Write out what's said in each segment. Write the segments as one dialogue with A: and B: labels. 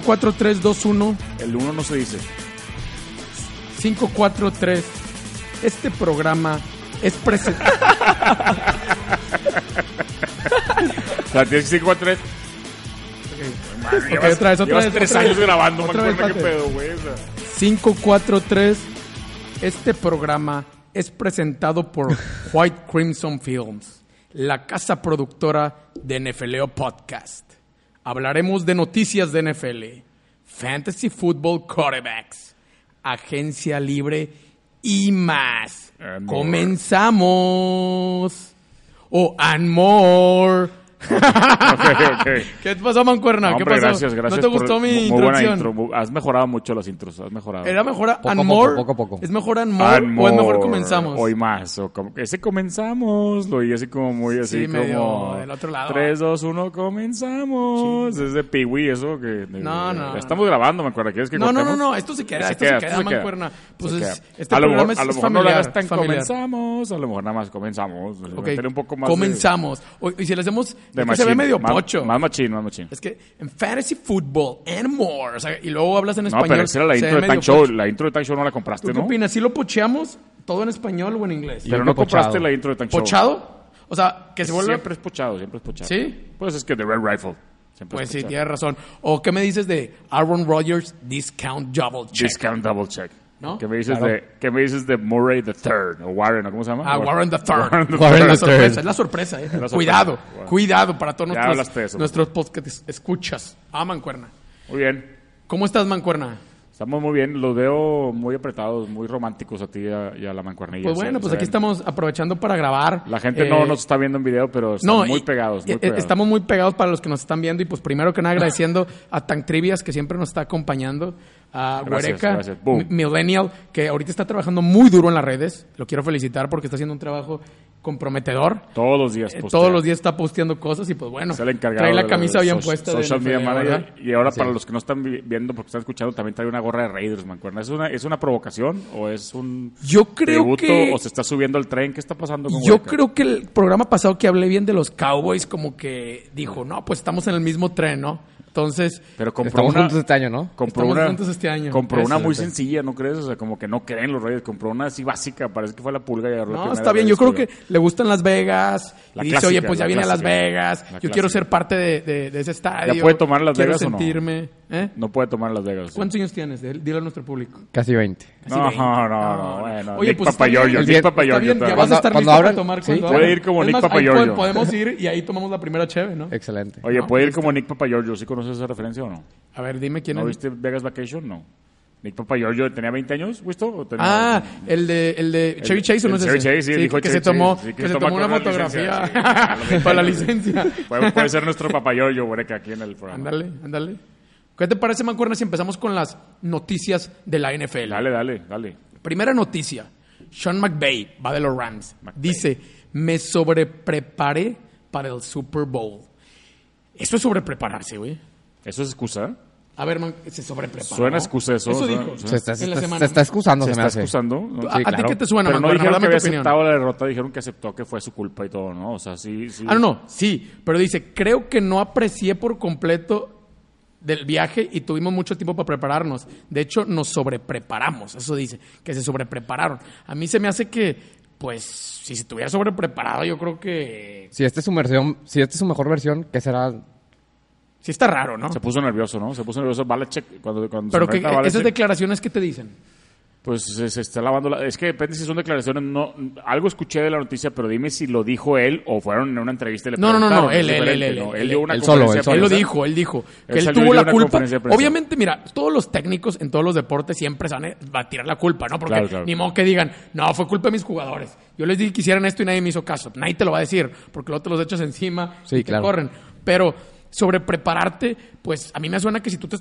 A: 54321
B: El uno no se dice.
A: 543. Este programa es presentado.
B: O sea, tienes 543.
A: Ok, otra vez, otra
B: Llevas
A: vez,
B: tres
A: otra
B: años
A: vez.
B: grabando,
A: Otra vez,
B: Mancuerna, qué
A: Paco.
B: pedo, güey. O sea,
A: 543. Este programa es presentado por White Crimson Films, la casa productora de NFLeo E Podcast. Hablaremos de noticias de NFL, E, fantasy football quarterbacks, agencia libre y más.
B: And more.
A: Comenzamos. Oh, and more.
B: ok, ok.
A: ¿Qué te pasó, Mancuerna?
B: No,
A: ¿Qué
B: hombre,
A: pasó?
B: gracias, gracias.
A: ¿No te
B: por-
A: gustó mi
B: muy- muy buena
A: introducción?
B: intro. Has mejorado mucho las intros, has mejorado.
A: ¿Era mejor a
C: Poco a
A: and
C: poco,
A: more?
C: poco a poco.
A: ¿Es mejor and more,
B: And
A: o es mejor
B: more,
A: comenzamos?
B: Hoy más. O como- ese comenzamos. Lo oí así como muy así.
A: Sí, medio
B: como,
A: del otro lado.
B: 3, 2, 1, comenzamos. Es de Piwi eso. Que, eh,
A: No, no.
B: Estamos grabando, me acuerdo. ¿Quieres que
A: no, no, no,
B: cortemos?
A: no, esto se queda,
B: Se
A: esto
B: queda,
A: se queda,
B: esto se queda.
A: mancuerna. Pues
B: Se
A: es-
B: queda.
A: este
B: a lo
A: programa
B: mejor, a
A: es,
B: lo
A: es
B: mejor no
A: familiar.
B: lo hagas tan
A: familiar.
B: comenzamos, a lo mejor nada más comenzamos. Le
A: Ok,
B: meteré un poco más de-
A: comenzamos. O- y si le hacemos,
B: de
A: es que se ve
B: machín,
A: medio
B: más-
A: pocho.
B: Más machín, más machín.
A: Es que en fantasy football and more, o sea, y luego hablas en
B: No,
A: español.
B: pero esa era la
A: se ve
B: intro de
A: medio
B: Tank Show.
A: pocho.
B: La intro de Tank Show no la
A: ¿Tú
B: compraste,
A: qué
B: ¿no?
A: opinas? ¿Sí lo pocheamos todo en español o en inglés?
B: Pero
C: Yo
B: no
C: creo que
B: compraste
C: pochado.
B: la intro de Tank Show.
A: ¿Pochado? O sea, que se vuelve...
B: Siempre es pochado, siempre es pochado.
A: ¿Sí?
B: Pues es que The Red Rifle. Siempre
A: Pues
B: es
A: sí,
B: pochado.
A: tienes razón. ¿O qué me dices de Aaron Rodgers discount double check?
B: Discount Double Check.
A: ¿No?
B: ¿Qué me dices,
C: Claro.
B: de, ¿Qué me dices de Murray the Third? ¿O Warren? ¿o ¿Cómo se llama?
A: Ah, Warren the Third.
B: Warren the
C: Warren
A: Es
B: Third.
A: la
C: the Third.
A: sorpresa, es la sorpresa, eh.
B: sorpresa.
A: Cuidado,
B: Bueno.
A: cuidado para todos
B: Ya hablaste de
A: nuestros,
B: eso.
A: nuestros podcasts. Escuchas. Ah, Mancuerna.
B: Muy bien.
A: ¿Cómo estás, Mancuerna?
B: Estamos muy bien. Los veo muy apretados, muy románticos a ti y a, y a la mancuernilla.
A: Pues
B: Se-
A: bueno,
B: se
A: pues aquí
B: ven.
A: estamos aprovechando para grabar.
B: La gente
A: Eh,
B: no nos está viendo en video, pero están
A: no,
B: muy
A: y-
B: pegados.
A: eh,
B: Muy
A: eh,
B: pegados.
A: Estamos muy pegados para los que nos están viendo y pues primero que nada agradeciendo a Tan Trivias que siempre nos está acompañando, a
B: Gracias,
A: Huereca,
B: gracias. Boom.
A: Mi- Millennial, que ahorita está trabajando muy duro en las redes. Lo quiero felicitar porque está haciendo un trabajo comprometedor.
B: Todos los días.
A: Eh,
B: postea.
A: todos los días está posteando cosas y pues bueno,
B: Es el encargado
A: trae la
B: de
A: camisa bien
B: so-
A: puesta. de
B: Social
A: NFL,
B: Media Manager.
A: ¿verdad?
B: Y ahora, para los que no están vi- viendo, porque están escuchando, también trae una gorra de Raiders, mancuerna. ¿Es una, ¿Es una provocación o es un
A: Yo creo
B: tributo
A: que
B: o se está subiendo el tren? ¿Qué está pasando con
A: yo
B: Huereca?
A: creo que el programa pasado que hablé bien de los Cowboys como que dijo, "No, pues estamos en el mismo tren, ¿no?" Entonces,
B: Pero compró
C: Estamos
B: una-
C: juntos este año, ¿no?
B: Compró
A: Estamos
B: una,
A: juntos este año.
B: compró
A: Eso,
B: una muy
A: sí.
B: sencilla, ¿no crees? O sea, como que no creen los Raiders. Compró una así básica. Parece que fue la pulga y agarró la
A: no,
B: primera
A: está bien,
B: vez,
A: yo creo
B: güey.
A: que le gustan Las Vegas
B: La
A: y dice,
B: clásica,
A: "Oye, pues ya
B: la
A: vine a Las
B: clásica.
A: Vegas,
B: La
A: yo quiero
B: clásica.
A: ser parte de, de- de ese estadio."
B: puede tomar Las
A: quiero
B: Vegas o no?
A: sentirme, ¿eh?
B: No puede tomar Las Vegas. sí.
A: ¿Cuántos años tienes? Dile a nuestro público.
C: Casi 20.
A: Casi
B: No,
A: 20.
B: no, no, bueno.
A: Oye,
B: Nick
A: pues está
B: Papayoyo,
A: bien.
B: Nick
C: Está
B: Papayoyo.
A: Está bien, ya
B: está
A: vas a
C: Cuando-
A: estar
C: cuando
A: listo para
C: abran-
A: tomar
C: sí,
A: cuando
C: puede
A: abran.
B: ir como
A: Es
B: Nick
A: más, ahí
B: Papayoyo.
A: po- podemos ir y ahí tomamos la primera cheve, ¿no?
C: Excelente.
B: Oye, ¿puede ir como Nick Papayoyo? ¿Sí conoces esa referencia o no?
A: A ver, dime quién es.
B: ¿No viste Vegas Vacation? No. Nick Papayoyo tenía 20 años, ¿visto? ¿O tenía-
A: Ah, el de, el de Chevy Chase, ¿o no
B: el
A: es
B: Chevy
A: ese?
B: Chase, sí, dijo
A: que
B: Chevy
A: se tomó,
B: Chase, sí,
A: que,
B: que
A: se
B: toma
A: tomó una
B: con la licencia,
A: fotografía
B: sí, claro,
A: para la
B: sí.
A: licencia.
B: Puede, puede ser nuestro Papayoyo, Boreca, aquí en el programa.
A: Ándale, ándale. ¿Qué te parece, Mancuerna, si empezamos con las noticias de la NFL?
B: Dale, dale, dale.
A: Primera noticia. Sean McVay va de los Rams.
B: McVay.
A: Dice, me sobrepreparé para el Super Bowl. Eso es sobreprepararse, güey.
B: ¿Eso es excusa?
A: A ver, man, se sobrepreparó.
B: Suena excusa eso,
A: Eso
B: suena-
A: dijo.
B: suena-
C: Se está,
A: En
C: se
A: la
C: está-
A: semana.
C: se está excusando,
B: ¿Se
C: se me
B: está
C: hace.
B: excusando?
A: ¿Tú-
B: No.
A: ¿A,
C: Sí,
A: a ti
C: claro.
A: qué te suena,
B: Pero no
A: Mancuerna?
B: dijeron
A: Dame
B: que
A: tu
B: había
A: opinión.
B: aceptado la derrota, dijeron que aceptó que fue su culpa y todo, ¿no? O sea, sí, sí.
A: Ah, no, no, sí, pero dice, creo que no aprecié por completo del viaje y tuvimos mucho tiempo para prepararnos. De hecho, nos sobrepreparamos, eso dice, que se sobreprepararon. A mí se me hace que, pues, si se tuviera sobrepreparado, yo creo que
C: Si esta es su versión, si esta es su mejor versión, ¿qué será?
A: sí está raro, ¿no?
B: Se puso nervioso, ¿no? Se puso nervioso Balachek cuando, cuando se
A: Pero que
B: enfrenta
A: esas
B: a Belichick.
A: declaraciones que te dicen.
B: Pues se, se está lavando la... Es que depende si son declaraciones, no... Algo escuché de la noticia, pero dime si lo dijo él o fueron en una entrevista y le
A: No, no, no, no,
B: preguntaron, que
A: él,
B: es
A: él, él,
B: diferente,
A: él,
B: ¿no?
A: él,
B: Él dio una
C: él solo,
B: conferencia
C: él
A: Él
B: de
A: lo
B: prensa.
A: dijo, él dijo que
B: Él
A: él
B: salió y
A: tuvo
B: dio
A: la
B: una
A: culpa.
B: conferencia de prensa.
A: Obviamente, mira, todos los técnicos en todos los deportes siempre se van a- va a tirar la culpa, ¿no? Porque
B: Claro, claro.
A: ni modo que digan, no, fue culpa de mis jugadores. Yo les dije que hicieran esto y nadie me hizo caso. Nadie te lo va a decir, porque luego te los echas encima
C: Sí,
A: y te
C: claro.
A: corren. Pero sobre prepararte, pues a mí me suena que si tú te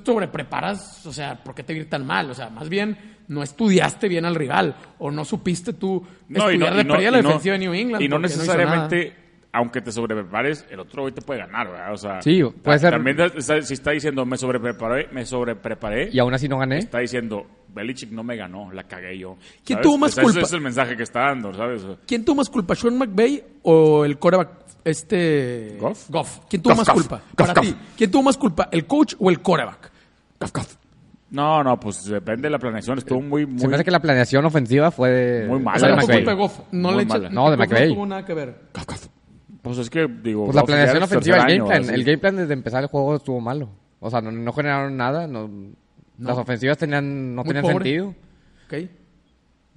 A: sobrepreparas, o sea, ¿por qué te va a ir tan mal? O sea, más bien no estudiaste bien al rival o no supiste tú
B: y
A: estudiar de
B: y
A: pérdida la
B: y no-
A: defensiva de New England.
B: Y no
A: porque hizo
B: necesariamente,
A: nada.
B: aunque te sobreprepares, el otro hoy te puede ganar, ¿verdad? O sea,
C: Sí,
B: ta-
C: puede ser-
B: También da- está- si está diciendo, me sobrepreparé, me sobrepreparé,
C: Y aún así no gané.
B: está diciendo, Belichick no me ganó, la cagué yo.
A: ¿Quién
B: ¿Sabes?
A: tuvo más
B: O sea, ese
A: culpa?
B: es el mensaje que está dando, ¿sabes?
A: ¿Quién tuvo más culpa, Sean McVay o el coreback este
B: Goff?
A: ¿Quién tuvo
B: Goff,
A: más
B: Goff.
A: culpa?
B: Goff,
A: Para
B: Goff.
A: ti, ¿quién tuvo más culpa, el coach o el coreback? Caf, caf.
B: No, no, pues depende de la planeación. Estuvo muy, muy.
C: Eh, Se me hace que la planeación ofensiva fue de. Pues,
B: Muy mala.
A: O
C: fue
A: sea,
C: de
A: no fue
C: McVay.
A: culpa de Goff. No
B: Ah, Muy
A: le eches-
B: mala.
C: No, de
A: Goff
C: McVay.
A: No tuvo nada que ver. Caf, caf.
B: Pues es que, digo.
C: Pues
B: vamos,
C: la
B: ya
C: planeación
B: es
C: ofensiva, el
B: tercer
C: game
B: año,
C: plan.
B: así.
C: El game plan desde empezar el juego estuvo malo. O sea, no, no generaron nada. no- Las ofensivas tenían, no
A: Muy
C: tenían
A: pobre.
C: sentido.
A: Ok.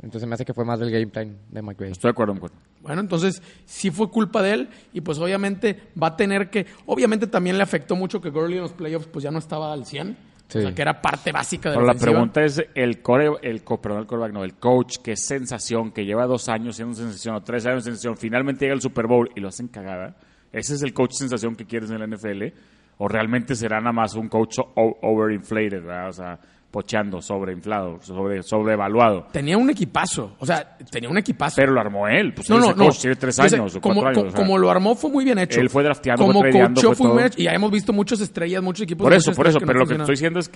C: Entonces me hace que fue más del game plan de McVay.
B: Estoy de acuerdo, de acuerdo.
A: Bueno, entonces sí fue culpa de él y pues obviamente va a tener que, obviamente también le afectó mucho que Gurley en los playoffs pues ya no estaba al 100,
C: Sí.
A: o sea que era parte básica de
B: Pero la
A: ofensiva.
B: pregunta es, el core, el, co- perdón, el quarterback, no, el coach, qué sensación, que lleva dos años siendo sensación o tres años sensación, finalmente llega al Super Bowl y lo hacen cagada. ¿Ese es el coach sensación que quieres en la NFL? ¿O realmente será nada más un coach o- overinflated, ¿verdad? o sea, pochando, sobreinflado, sobre, sobrevaluado?
A: Tenía un equipazo, o sea, tenía un equipazo.
B: Pero lo armó él, pues no, coach, tiene tres
A: Dice,
B: años o
A: como,
B: cuatro años.
A: co-
B: o sea,
A: como lo armó fue muy bien hecho.
B: Él fue drafteando,
A: como
B: fue tradeando,
A: coachó
B: fue
A: fue muy
B: todo.
A: bien hecho. Y ya hemos visto muchas estrellas, muchos equipos.
B: Por
A: muchas
B: eso, por
A: estrellas
B: eso,
A: que no
B: pero lo que te estoy
A: funcionan.
B: diciendo es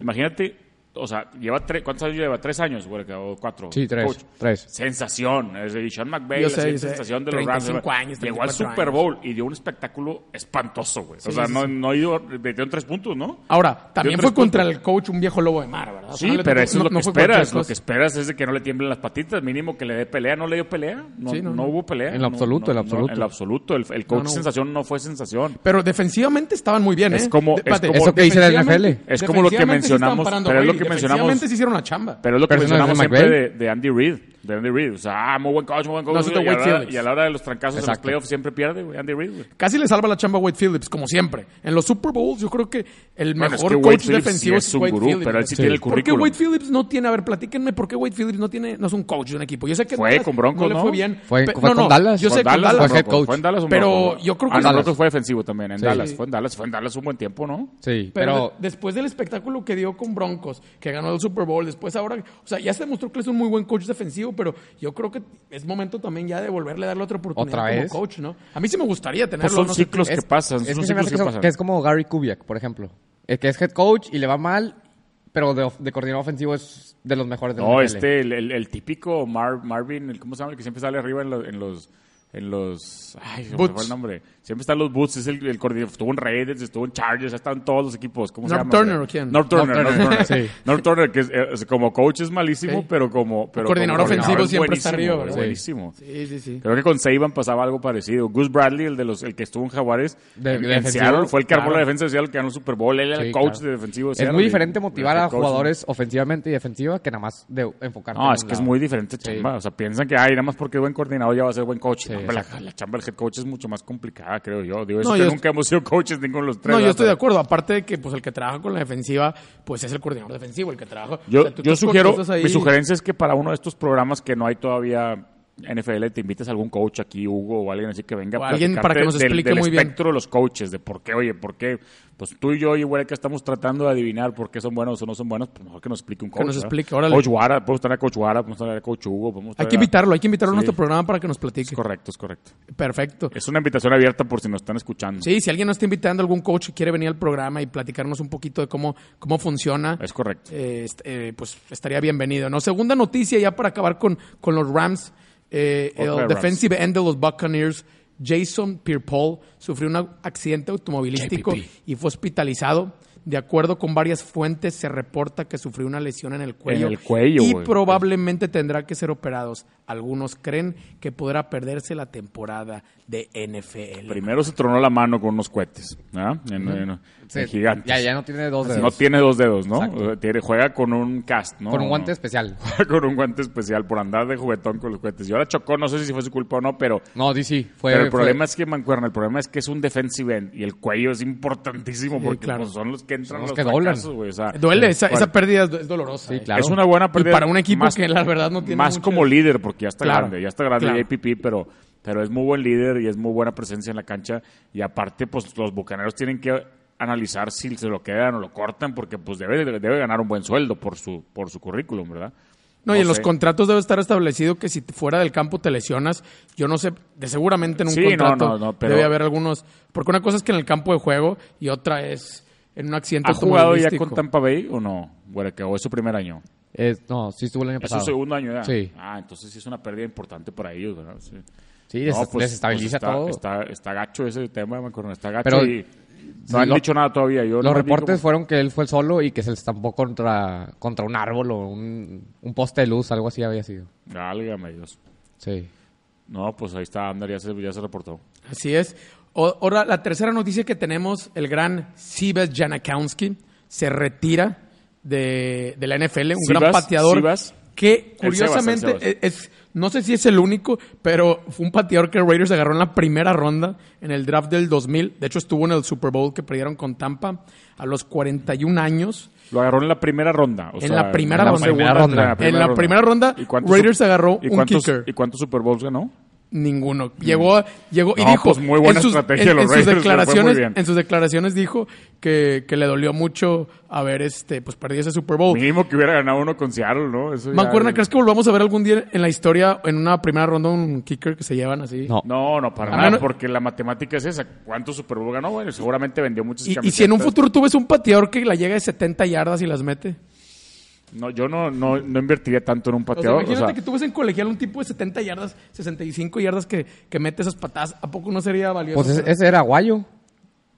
B: que, imagínate, o sea, lleva tres, ¿cuántos años lleva? ¿Tres años? güey, ¿O cuatro?
C: Sí, tres,
B: Coach.
C: tres.
B: Sensación. Es decir, Sean McVay,
A: Yo
B: la
A: sé,
B: siguiente
A: yo sé.
B: sensación de los
A: 35
B: Rams.
A: años,
B: llegó al
A: 34
B: Super Bowl y dio un espectáculo espantoso, güey. o sea,
A: sí,
B: no,
A: sí.
B: no ha ido, metieron tres puntos, ¿no?
A: Ahora, también
B: Yo
A: fue
B: respeto.
A: contra el coach un viejo lobo de mar, ¿verdad? O sea,
B: Sí,
A: no le
B: pero
A: tocó-
B: eso es lo
A: no-
B: que
A: no fue cualquier
B: esperas. Lo
A: cosa.
B: que esperas es de que no le tiemblen las patitas, mínimo que le dé pelea. ¿No le dio pelea? No,
A: Sí, no,
B: no,
A: no.
B: hubo pelea.
C: En lo
B: No,
C: absoluto,
B: no,
C: en lo
B: no,
C: absoluto.
B: en lo absoluto. El, el coach
A: No, no.
B: sensación no fue sensación.
A: Pero defensivamente estaban muy bien, ¿eh?
B: Es como-
A: De-
B: es como-
C: Eso que dice la
A: defensivamente-
C: NFL.
B: Es como lo que
A: defensivamente sí estaban
B: mencionamos,
A: parando
B: pero es lo
A: Brady,
B: que mencionamos-
A: defensivamente sí hicieron la chamba.
B: Pero es lo que
C: Pero eso no es de
B: mencionamos siempre de,
C: McVay.
B: de Andy Reid. De Andy Reid. O sea, ah, muy buen coach, muy buen coach.
A: No, eso te
B: y, a la, hora-
A: Whitefield.
B: y a la hora de los trancazos en los
C: Exacto.
B: playoffs siempre pierde, güey. Andy Reid, güey.
A: Casi le salva la chamba a Wade Phillips, como siempre. En los Super Bowls yo creo que el
B: Bueno, es
A: mejor
B: que Wade
A: coach
B: Phillips
A: defensivo
B: sí es un
A: Wade
B: gurú, pero él sí tiene el
A: ¿Por qué
B: currículum?
A: Wade Phillips no tiene, a ver, platíquenme por qué Wade Phillips no tiene, no es un coach de un equipo? Yo sé que
B: Fue
A: Dallas
B: con Broncos,
A: le
B: ¿no?
A: fue bien.
C: Fue-
A: pe-
C: fue con Dallas.
A: Yo
C: Con
A: sé que
B: Dallas,
A: Dallas
C: fue head
B: Broncos.
C: coach.
B: Fue en Dallas o en
A: Pero
B: Broncos, ¿no?
A: yo creo que
B: Ah, no,
A: Dallas.
B: creo que fue defensivo también. En
C: Sí.
B: Dallas. Fue en Dallas. Fue en Dallas un buen tiempo, ¿no?
C: Sí,
A: Pero,
C: pero,
A: de- después del espectáculo que dio con Broncos, que ganó el Super Bowl, después ahora, o sea, ya se demostró que él es un muy buen coach defensivo, pero yo creo que es momento también ya de volverle a darle otra oportunidad
C: ¿Otra vez?
A: como coach, ¿no? A mí sí me gustaría tenerlo.
B: Pues son
A: no sé
B: ciclos
A: qué-
B: que pasan.
C: es
B: Son
C: que se me
B: ciclos que
C: hace que, son-
B: pasan.
C: que es como Gary Kubiak, por ejemplo. El que es head coach y le va mal, pero de, of- de coordinador ofensivo es de los mejores de la
B: No,
C: NFL.
B: este, el, el- el típico Mar- Marvin, el, ¿cómo se llama? El que siempre sale arriba en los... En los en los... Ay, se me
A: Boots.
B: fue el nombre. Siempre están los Boots. Es el, el coordinador. Estuvo en Raiders, estuvo en Chargers, ya están todos los equipos. ¿Cómo se
A: North
B: llama?
A: Turner, ¿o quién?
B: North Turner.
C: North
B: North
C: Turner,
B: Turner,
C: sí.
B: North Turner, que es, es como coach es malísimo,
A: Sí.
B: pero como... Pero
A: Coordinador
B: como
A: ofensivo
B: es
A: siempre está
B: buenísimo,
A: arriba,
B: es
A: ¿verdad?
B: Buenísimo.
A: Sí, sí, sí.
B: Creo que con Saban pasaba algo parecido. Gus Bradley, el de los, el que estuvo en Jaguares,
C: De-
B: en-
C: de
B: en
C: defensivo,
B: Seattle, fue el que armó
C: claro.
B: la defensa de Seattle, que ganó el Super Bowl. Él era
C: Sí,
B: el coach
C: claro.
B: de defensivo de
C: Es
B: Seattle
C: muy
B: y-
C: diferente
B: y
C: motivar
B: el
C: a
B: coach, ¿no?
C: jugadamente, ofensivamente y defensiva que nada más de enfocarte en
B: No,
C: un
B: es que es
C: lado.
B: muy diferente chamba. O sea, piensan que, ay, nada más porque es buen coordinador ya va a ser buen coach.
C: Sí,
B: No, hombre, la,
C: exacto.
B: la chamba del head coach es mucho más complicada, creo yo. Digo, eso
A: No,
B: que
A: yo
B: nunca hemos sido coaches ninguno de los tres.
A: No, yo
B: ¿verdad?
A: estoy de
B: Pero-
A: acuerdo. Aparte de que pues el que trabaja con la defensiva, pues es el coordinador defensivo, el que trabaja.
B: Yo,
A: o sea, tú
B: yo
A: estás con-
B: sugiero,
A: tú estás ahí-
B: mi sugerencia es que para uno de estos programas que no hay todavía NFL, te invites a algún coach aquí, Hugo, o alguien así que venga
A: O
B: a
A: alguien
B: platicarte
A: para que nos
B: del-
A: explique
B: del
A: muy bien.
B: espectro de los coaches, de por qué, oye, por qué, pues tú y yo y que estamos tratando de adivinar por qué son buenos o no son buenos, pues mejor que nos explique un coach.
A: nos
B: ¿verdad?
A: explique, órale.
B: Coach Guara, podemos tener a Coach Guara, podemos tener a Coach Hugo, podemos
A: Hay
B: traer
A: que
B: a-
A: invitarlo, hay que invitarlo a
B: Sí.
A: nuestro programa para que nos
B: Es
A: platique.
B: correcto, es correcto.
A: Perfecto.
B: Es una invitación abierta por si nos están escuchando.
A: Sí, si alguien nos está invitando, algún coach que quiere venir al programa y platicarnos un poquito de cómo, cómo funciona,
B: Es correcto.
A: eh, est- eh, pues estaría bienvenido. ¿no? Segunda noticia ya para acabar con, con los Rams. eh, el
B: Otra de Rams.
A: defensive end de los Buccaneers, Jason Pierre-Paul, sufrió un au- accidente automovilístico
B: JPP.
A: y fue hospitalizado. De acuerdo con varias fuentes, se reporta que sufrió una lesión en el cuello.
B: el cuello,
A: Y
B: güey. pues.
A: probablemente tendrá que ser operados. Algunos creen que podrá perderse la temporada de NFL.
B: Primero se tronó la mano con unos cohetes, ¿verdad? En, en- en
C: Sí,
B: gigantes.
C: Ya, ya no tiene dos dedos.
B: No tiene dos dedos, ¿no?
C: Exacto.
B: O sea, tiene- juega con un cast, ¿no?
C: Con un guante especial.
B: Juega con un guante especial por andar de juguetón con los cohetes. Y ahora chocó, no sé si fue su culpa o no, pero,
C: No, DC. Fue,
B: pero el
C: fue-
B: problema es que mancuerna, el problema es que es un defensive end y el cuello es importantísimo porque
A: claro.
B: pues, son los que entran
C: los
B: los,
C: que doblan.
B: fracasos, güey, o sea,
A: Duele, esa,
B: bueno,
A: esa pérdida es do- es dolorosa.
C: Sí,
A: eh.
C: claro.
B: Es una buena
A: Y
B: pérdida.
A: para un equipo
B: más-
A: que la verdad no tiene
B: más
A: mucho-
B: como líder, porque ya está
A: Claro,
B: grande, ya está grande
A: claro.
B: JPP, pero, pero es muy buen líder y es muy buena presencia en la cancha. Y aparte, pues los bucaneros tienen que analizar si se lo quedan o lo cortan, porque pues debe, debe ganar un buen sueldo por su, por su currículum, ¿verdad?
A: No, y en los
B: sé.
A: contratos debe estar establecido que si te- fuera del campo te lesionas, yo no sé, de seguramente en un
B: Sí, no,
A: contrato
B: no, no, pero-
A: debe haber algunos, porque una cosa es que en el campo de juego y otra es en un accidente
B: ¿Ha jugado ya
A: automovilístico.
B: con Tampa Bay o no? Huerca, ¿O es su primer año?
C: eh, no, sí estuvo el año
B: Es su
C: pasado.
B: segundo año ya.
C: Sí.
B: Ah, entonces sí es una pérdida importante para ellos, ¿verdad? Sí,
C: Sí, des- desestabiliza
B: pues, está,
C: todo.
B: Está, está gacho ese tema, me acuerdo, está gacho.
C: Pero
B: y- No han
C: lo-
B: dicho nada todavía. Yo
C: Los
B: nomás vi
C: reportes
B: como-
C: fueron que él fue el solo y que se le estampó contra, contra un árbol o un, un poste de luz, algo así había sido.
B: Válgame Dios.
C: Sí.
B: No, pues ahí está Amner, ya se, ya se reportó.
A: Así es. O- Ahora, la tercera noticia que tenemos, el gran Sibas Janikowski se retira de, de la NFL, un
B: Sivas,
A: gran pateador
B: Sivas.
A: que
B: El Sebas, el
A: curiosamente e,
B: Sebas.
A: es, es- no sé si es el único, pero fue un pateador que Raiders agarró en la primera ronda en el draft del 2000. De hecho, estuvo en el Super Bowl que perdieron con Tampa a los 41 años.
B: Lo agarró en la primera ronda. o
A: En
B: sea,
A: la primera
B: no
A: ronda.
B: segunda,
C: En la
B: ronda.
A: En la primera ronda,
B: ¿Y cuántos
A: Raiders
B: sup-
A: agarró
B: y
A: un
B: cuántos-
A: kicker.
B: ¿Y cuántos Super Bowls ganó?
A: Ninguno. Llegó, llegó y
B: Mm. No,
A: dijo
B: pues, muy buena
A: en sus,
B: estrategia de
A: en-
B: los
A: en sus
B: Raiders, le fue muy
A: declaraciones,
B: bien.
A: en sus declaraciones dijo que, que le dolió mucho haber este pues perdido ese Super Bowl.
B: Mínimo que hubiera ganado uno con Seattle, ¿no? Eso ya-
A: Mancuerna, ¿crees que volvamos a ver algún día en la historia en una primera ronda un kicker que se llevan así?
C: No.
B: No, no, para
A: Ah,
B: nada,
A: no.
B: porque la matemática es esa. ¿Cuántos Super Bowl ganó? Bueno, seguramente vendió muchas
A: Y, y
B: camisetas.
A: si en un futuro tú ves un pateador que la llega de 70 yardas y las mete.
B: No, yo no, no, no invertiría tanto en un
A: O sea,
B: pateador.
A: imagínate
B: o sea,
A: que tú ves en colegial un tipo de 70 yardas, 65 yardas que, que mete esas patadas. ¿A poco no sería valioso?
C: Pues ese, ese era Aguayo,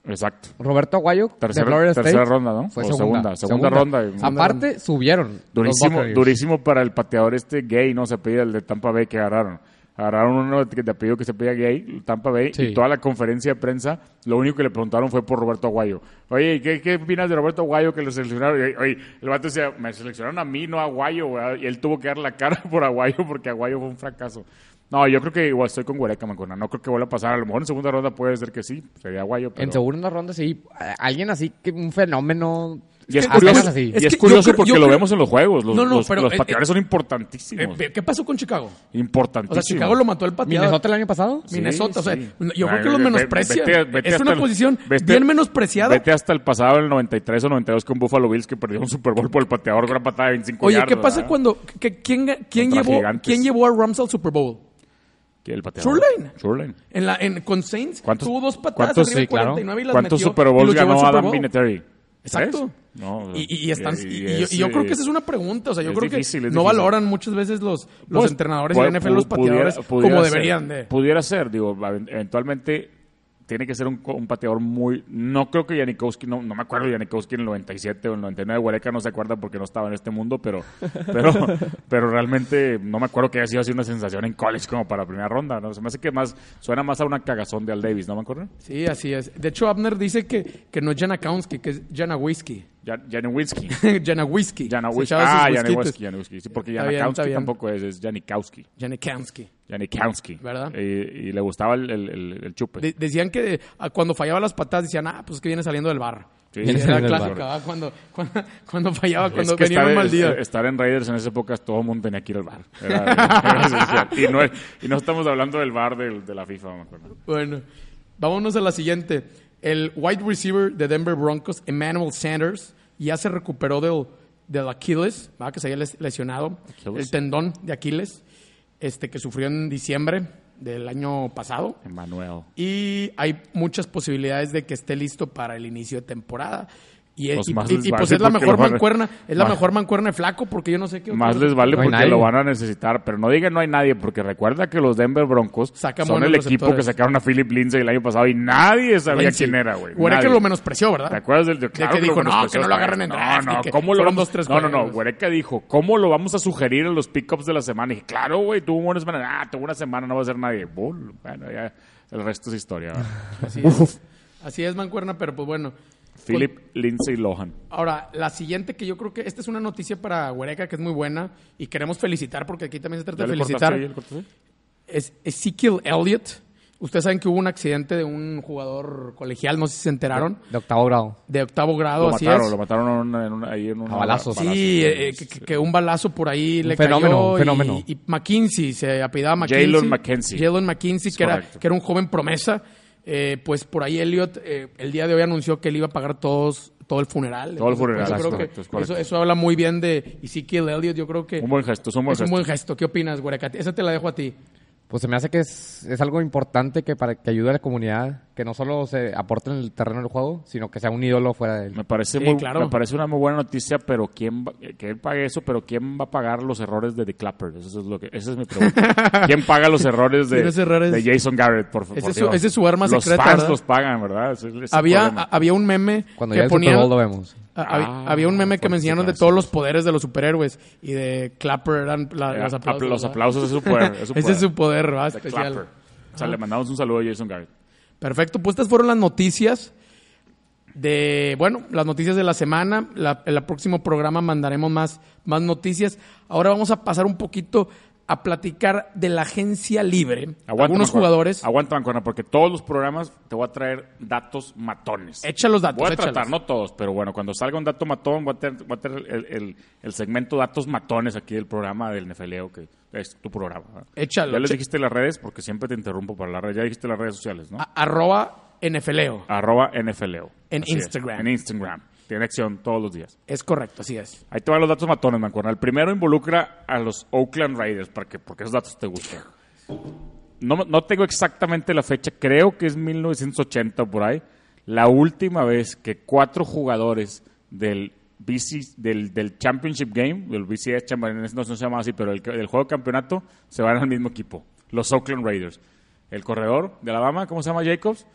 B: Exacto.
C: Roberto Aguayo. de
B: Tercera-
C: Florida State.
B: tercera ronda, ¿no?
C: Fue
B: O segunda,
C: segunda,
B: segunda ronda. Segunda
C: Aparte, subieron. los
B: Durísimo,
C: Buccaneers.
B: durísimo para el pateador este gay, ¿no? Se apellida el de Tampa Bay que agarraron. Agarraron uno de de apellido que se apellida gay, Tampa Bay,
C: Sí.
B: y toda la conferencia de prensa, lo único que le preguntaron fue por Roberto Aguayo. Oye, ¿y ¿qué, qué opinas de Roberto Aguayo que lo seleccionaron? Y, oye, el vato decía, me seleccionaron a mí, no a Aguayo, güey". y él tuvo que dar la cara por Aguayo porque Aguayo fue un fracaso. No, yo creo que igual estoy con Huereca, Mancona. No creo que vuelva a pasar. A lo mejor en segunda ronda puede ser que sí, sería Aguayo. Pero...
C: En segunda ronda, sí. a- Alguien así, que un fenómeno.
B: Y es
C: apenas
B: curioso,
C: así.
B: y
A: Es
B: es
A: que
B: curioso
A: yo creo-
B: porque
A: yo
B: lo
A: creo-
B: vemos en los juegos. Los,
A: No, no,
B: los-
A: pero,
B: los
A: eh,
B: pateadores
A: eh,
B: son importantísimos.
A: Eh, ¿Qué pasó con Chicago? O sea,
B: importantísimos.
A: Chicago lo mató el pateador.
C: Minnesota el año pasado.
B: Sí,
A: Minnesota, o sea,
B: sí.
A: no- yo
B: Ay,
A: creo que lo
B: ve- ve-
A: menosprecia.
B: vete- vete
A: es
B: hasta
A: una
B: el-
A: posición
B: vete-
A: bien menospreciada.
B: Vete hasta el pasado, el 93 o 92 con Buffalo Bills, que perdió un Super Bowl por el pateador con una patada de 25
A: Oye,
B: yardas,
A: ¿qué pasa
B: ¿verdad?
A: cuando que- quién ga- quién
B: Contra
A: llevó
B: gigantes.
A: quién llevó a Rams al Super Bowl?
B: ¿Qué, el pateador?
A: Shurline.
B: Shurline.
A: En la en con Saints
B: ¿Cuántos-
A: tuvo dos patadas
B: cuántos-
A: arriba de
C: sí, claro.
A: 49 y las
B: ¿Cuántos
A: metió
B: Super
A: y
B: Bowls
A: los llevó al
B: ganó
A: Super
B: Adam
A: Bowl?
B: Vinatieri?
A: Exacto.
B: ¿Tres? No,
A: y, y- y están,
B: eh,
A: y,
B: y
A: y yo, y yo creo que esa es una pregunta. O sea, yo
B: es
A: creo
B: difícil,
A: que
B: es
A: no
B: difícil.
A: valoran muchas veces los, los
B: Pues,
A: entrenadores
B: pu-
A: de NFL, los
B: pu-
A: pateadores,
B: pudiera- pudiera
A: como
B: ser.
A: deberían de.
B: Pudiera ser, digo, va- eventualmente tiene que ser un, co- un pateador muy... No creo que Janikowski, no, no me acuerdo de Janikowski en el 97 o en el 99, Huereca no se acuerda porque no estaba en este mundo, pero, pero, pero realmente no me acuerdo que haya sido así una sensación en college como para primera ronda, ¿no? Se me hace que más, suena más a una cagazón de Al Davis, ¿no me acuerdo?
A: Sí, así es. De hecho, Abner dice que, que no es Janikowski, que es Janawiski.
B: Jan- Janiewski.
A: Janawiski.
B: Janiewski.
A: Se echaba sus
B: Ah,
A: whiskitos.
B: Janiewski, Janiewski. Sí, porque
A: Está bien, está
B: Janikowski
A: bien.
B: tampoco es, es Janikowski.
A: Janikowski.
B: Janikowski.
A: ¿Verdad?
B: Y, y le gustaba el, el- el- el chupe.
A: De- decían que eh, ah, cuando fallaba las patadas decían, ah, pues que viene saliendo del bar.
B: Sí.
A: Y
C: Viene
A: era
C: saliendo del
A: clásica,
C: bar.
A: ¿verdad? cuando, cuando, cuando fallaba, cuando
B: es que
A: venía
B: estar,
A: un mal día.
B: es- estar en Raiders en esa época todo el mundo tenía que ir al bar. Era- era esencial. y, no, es- y no estamos hablando del bar del- de la FIFA. me acuerdo.
A: Bueno, vámonos a la siguiente. El wide receiver de Denver Broncos, Emmanuel Sanders, ya se recuperó del, del Aquiles, ¿va? que se había les- lesionado,
B: Aquiles.
A: el tendón de Aquiles, este que sufrió en diciembre del año pasado.
B: Emanuel.
A: Y hay muchas posibilidades de que esté listo para el inicio de temporada. Y,
B: Pues
A: y-
B: más
A: y-
B: les
A: y,
B: vale
A: pues es la
B: porque
A: mejor
B: lo van a-
A: mancuerna, es la
B: más-
A: mejor mancuerna de flaco, porque yo no sé qué.
B: Más
A: otro-
B: les vale
C: No hay
B: porque
C: nadie.
B: lo van a necesitar. Pero no digan no hay nadie, porque recuerda que los Denver Broncos
A: Sacan
B: son
A: buenos
B: el equipo que
A: receptores.
B: sacaron a Philip Lindsay el año pasado y nadie sabía
A: Lindsay.
B: quién era, güey.
A: Huereca
B: Nadie.
A: lo menospreció, ¿verdad?
B: ¿Te acuerdas del de,
A: que dijo,
B: lo
A: "No,
B: menospreció
A: que no lo
B: otra
A: agarren
B: vez"?
A: en
B: No,
A: draft,
B: No,
A: y que
B: ¿cómo lo
A: fueron
B: vamos?
A: dos, tres
B: No, no, no.
A: juegos.
B: Huereca dijo, ¿cómo lo vamos a sugerir en los pickups de la semana? Y dije, claro, güey, tuvo una semana. Ah, tuvo una semana, no va a ser nadie. Bull. Bueno, ya el resto es historia. ¿verdad?
A: Así es. Así es, mancuerna, pero pues bueno.
B: Philip Lindsay Lohan.
A: Ahora, la siguiente que yo creo que esta es una noticia para Huereca que es muy buena y queremos felicitar porque aquí también se trata de felicitar. Es Ezekiel Elliott. Ustedes saben que hubo un accidente de un jugador colegial, no sé si se enteraron,
C: De octavo grado.
A: de octavo grado,
B: Lo
A: así
B: mataron,
A: es.
B: lo mataron en una- en una- ahí en una-
C: A balazos.
A: Sí, eh, que, que- que un balazo por ahí le
C: fenómeno,
A: cayó.
C: un
A: y-
C: fenómeno.
A: Y, McKinsey, se apellidaba McKinsey.
B: Jalen McKenzie.
A: Jalen McKinsey, que era,
B: correcto.
A: que era un joven promesa. Eh, pues por ahí Elliot eh, el día de hoy anunció que él iba a pagar todos, todo el funeral.
B: Todo el
A: Entonces,
B: funeral,
A: pues, yo
B: es
A: creo
B: correcto,
A: que
B: es correcto.
A: Eso, eso habla muy bien de Ezekiel Elliot. Yo creo que
B: Un buen gesto, es un buen
A: es un
B: gesto.
A: buen gesto. ¿Qué opinas, Guarecati? Esa te la dejo a ti.
C: Pues se me hace que es, es algo importante que para que ayude a la comunidad, que no solo se aporte en el terreno del juego, sino que sea un ídolo fuera de él.
B: Me parece,
A: Sí,
B: muy,
A: claro.
B: me parece una muy buena noticia, pero ¿quién va- que él pague eso, pero ¿quién va a pagar los errores de The Clapper? Eso es lo que, esa es mi pregunta. ¿Quién paga los errores de,
A: Los errores.
B: de Jason Garrett, por favor?
A: Ese es su- ese es su arma
B: los
A: secreta,
B: Los fans
A: ¿verdad?
B: los pagan, ¿verdad? Ese es el
A: Había,
B: problema.
A: a- había un meme
C: Cuando
A: que
C: ya el
A: ponía...
C: Super Bowl lo vemos.
A: Ah, hab-
B: Ah,
A: había un meme que
B: fuerte,
A: me enseñaron de
B: gracias.
A: todos los poderes de los superhéroes y de Clapper eran la-
B: Eh,
A: los
B: apl-
A: aplausos.
B: los
A: ¿verdad?
B: aplausos es su poder. Es
A: Ese
B: su poder.
A: es su poder ¿verdad?
B: The
A: especial.
B: Clapper. O sea, le mandamos un saludo a Jason Garrett.
A: Perfecto, pues estas fueron las noticias de, bueno, las noticias de la semana. La- el próximo programa mandaremos más, más noticias. Ahora vamos a pasar un poquito a platicar de la agencia libre. Algunos
B: Mancuerna.
A: jugadores.
B: Aguanta, Mancuerna, porque todos los programas te voy a traer datos matones.
A: Echa los datos,
B: Voy a
A: échalos.
B: tratar, no todos, pero bueno, cuando salga un dato matón, voy a tener, voy a tener el, el- el segmento datos matones aquí del programa del Nefeleo, que es tu programa. ¿verdad?
A: Échalo,
B: Ya les
A: che-
B: dijiste las redes, porque siempre te interrumpo para las redes. Ya dijiste las redes sociales, ¿no?
A: A- arroba NFLeo.
B: Arroba NFLeo.
A: Ah. En
B: Así es,
A: Instagram.
B: en Instagram. Tiene acción todos los días.
A: Es correcto, así es.
B: Ahí te van los datos matones, Mancuerna. El primero involucra a los Oakland Raiders, para que, porque esos datos te gustan. No, no tengo exactamente la fecha, creo que es 1980 por ahí. La última vez que cuatro jugadores del BC, del, del Championship Game, del BCS Championship, no, no se llama así, pero el, que- del juego de campeonato, se van al mismo equipo, los Oakland Raiders. El corredor de Alabama, ¿cómo se llama? Jacobs,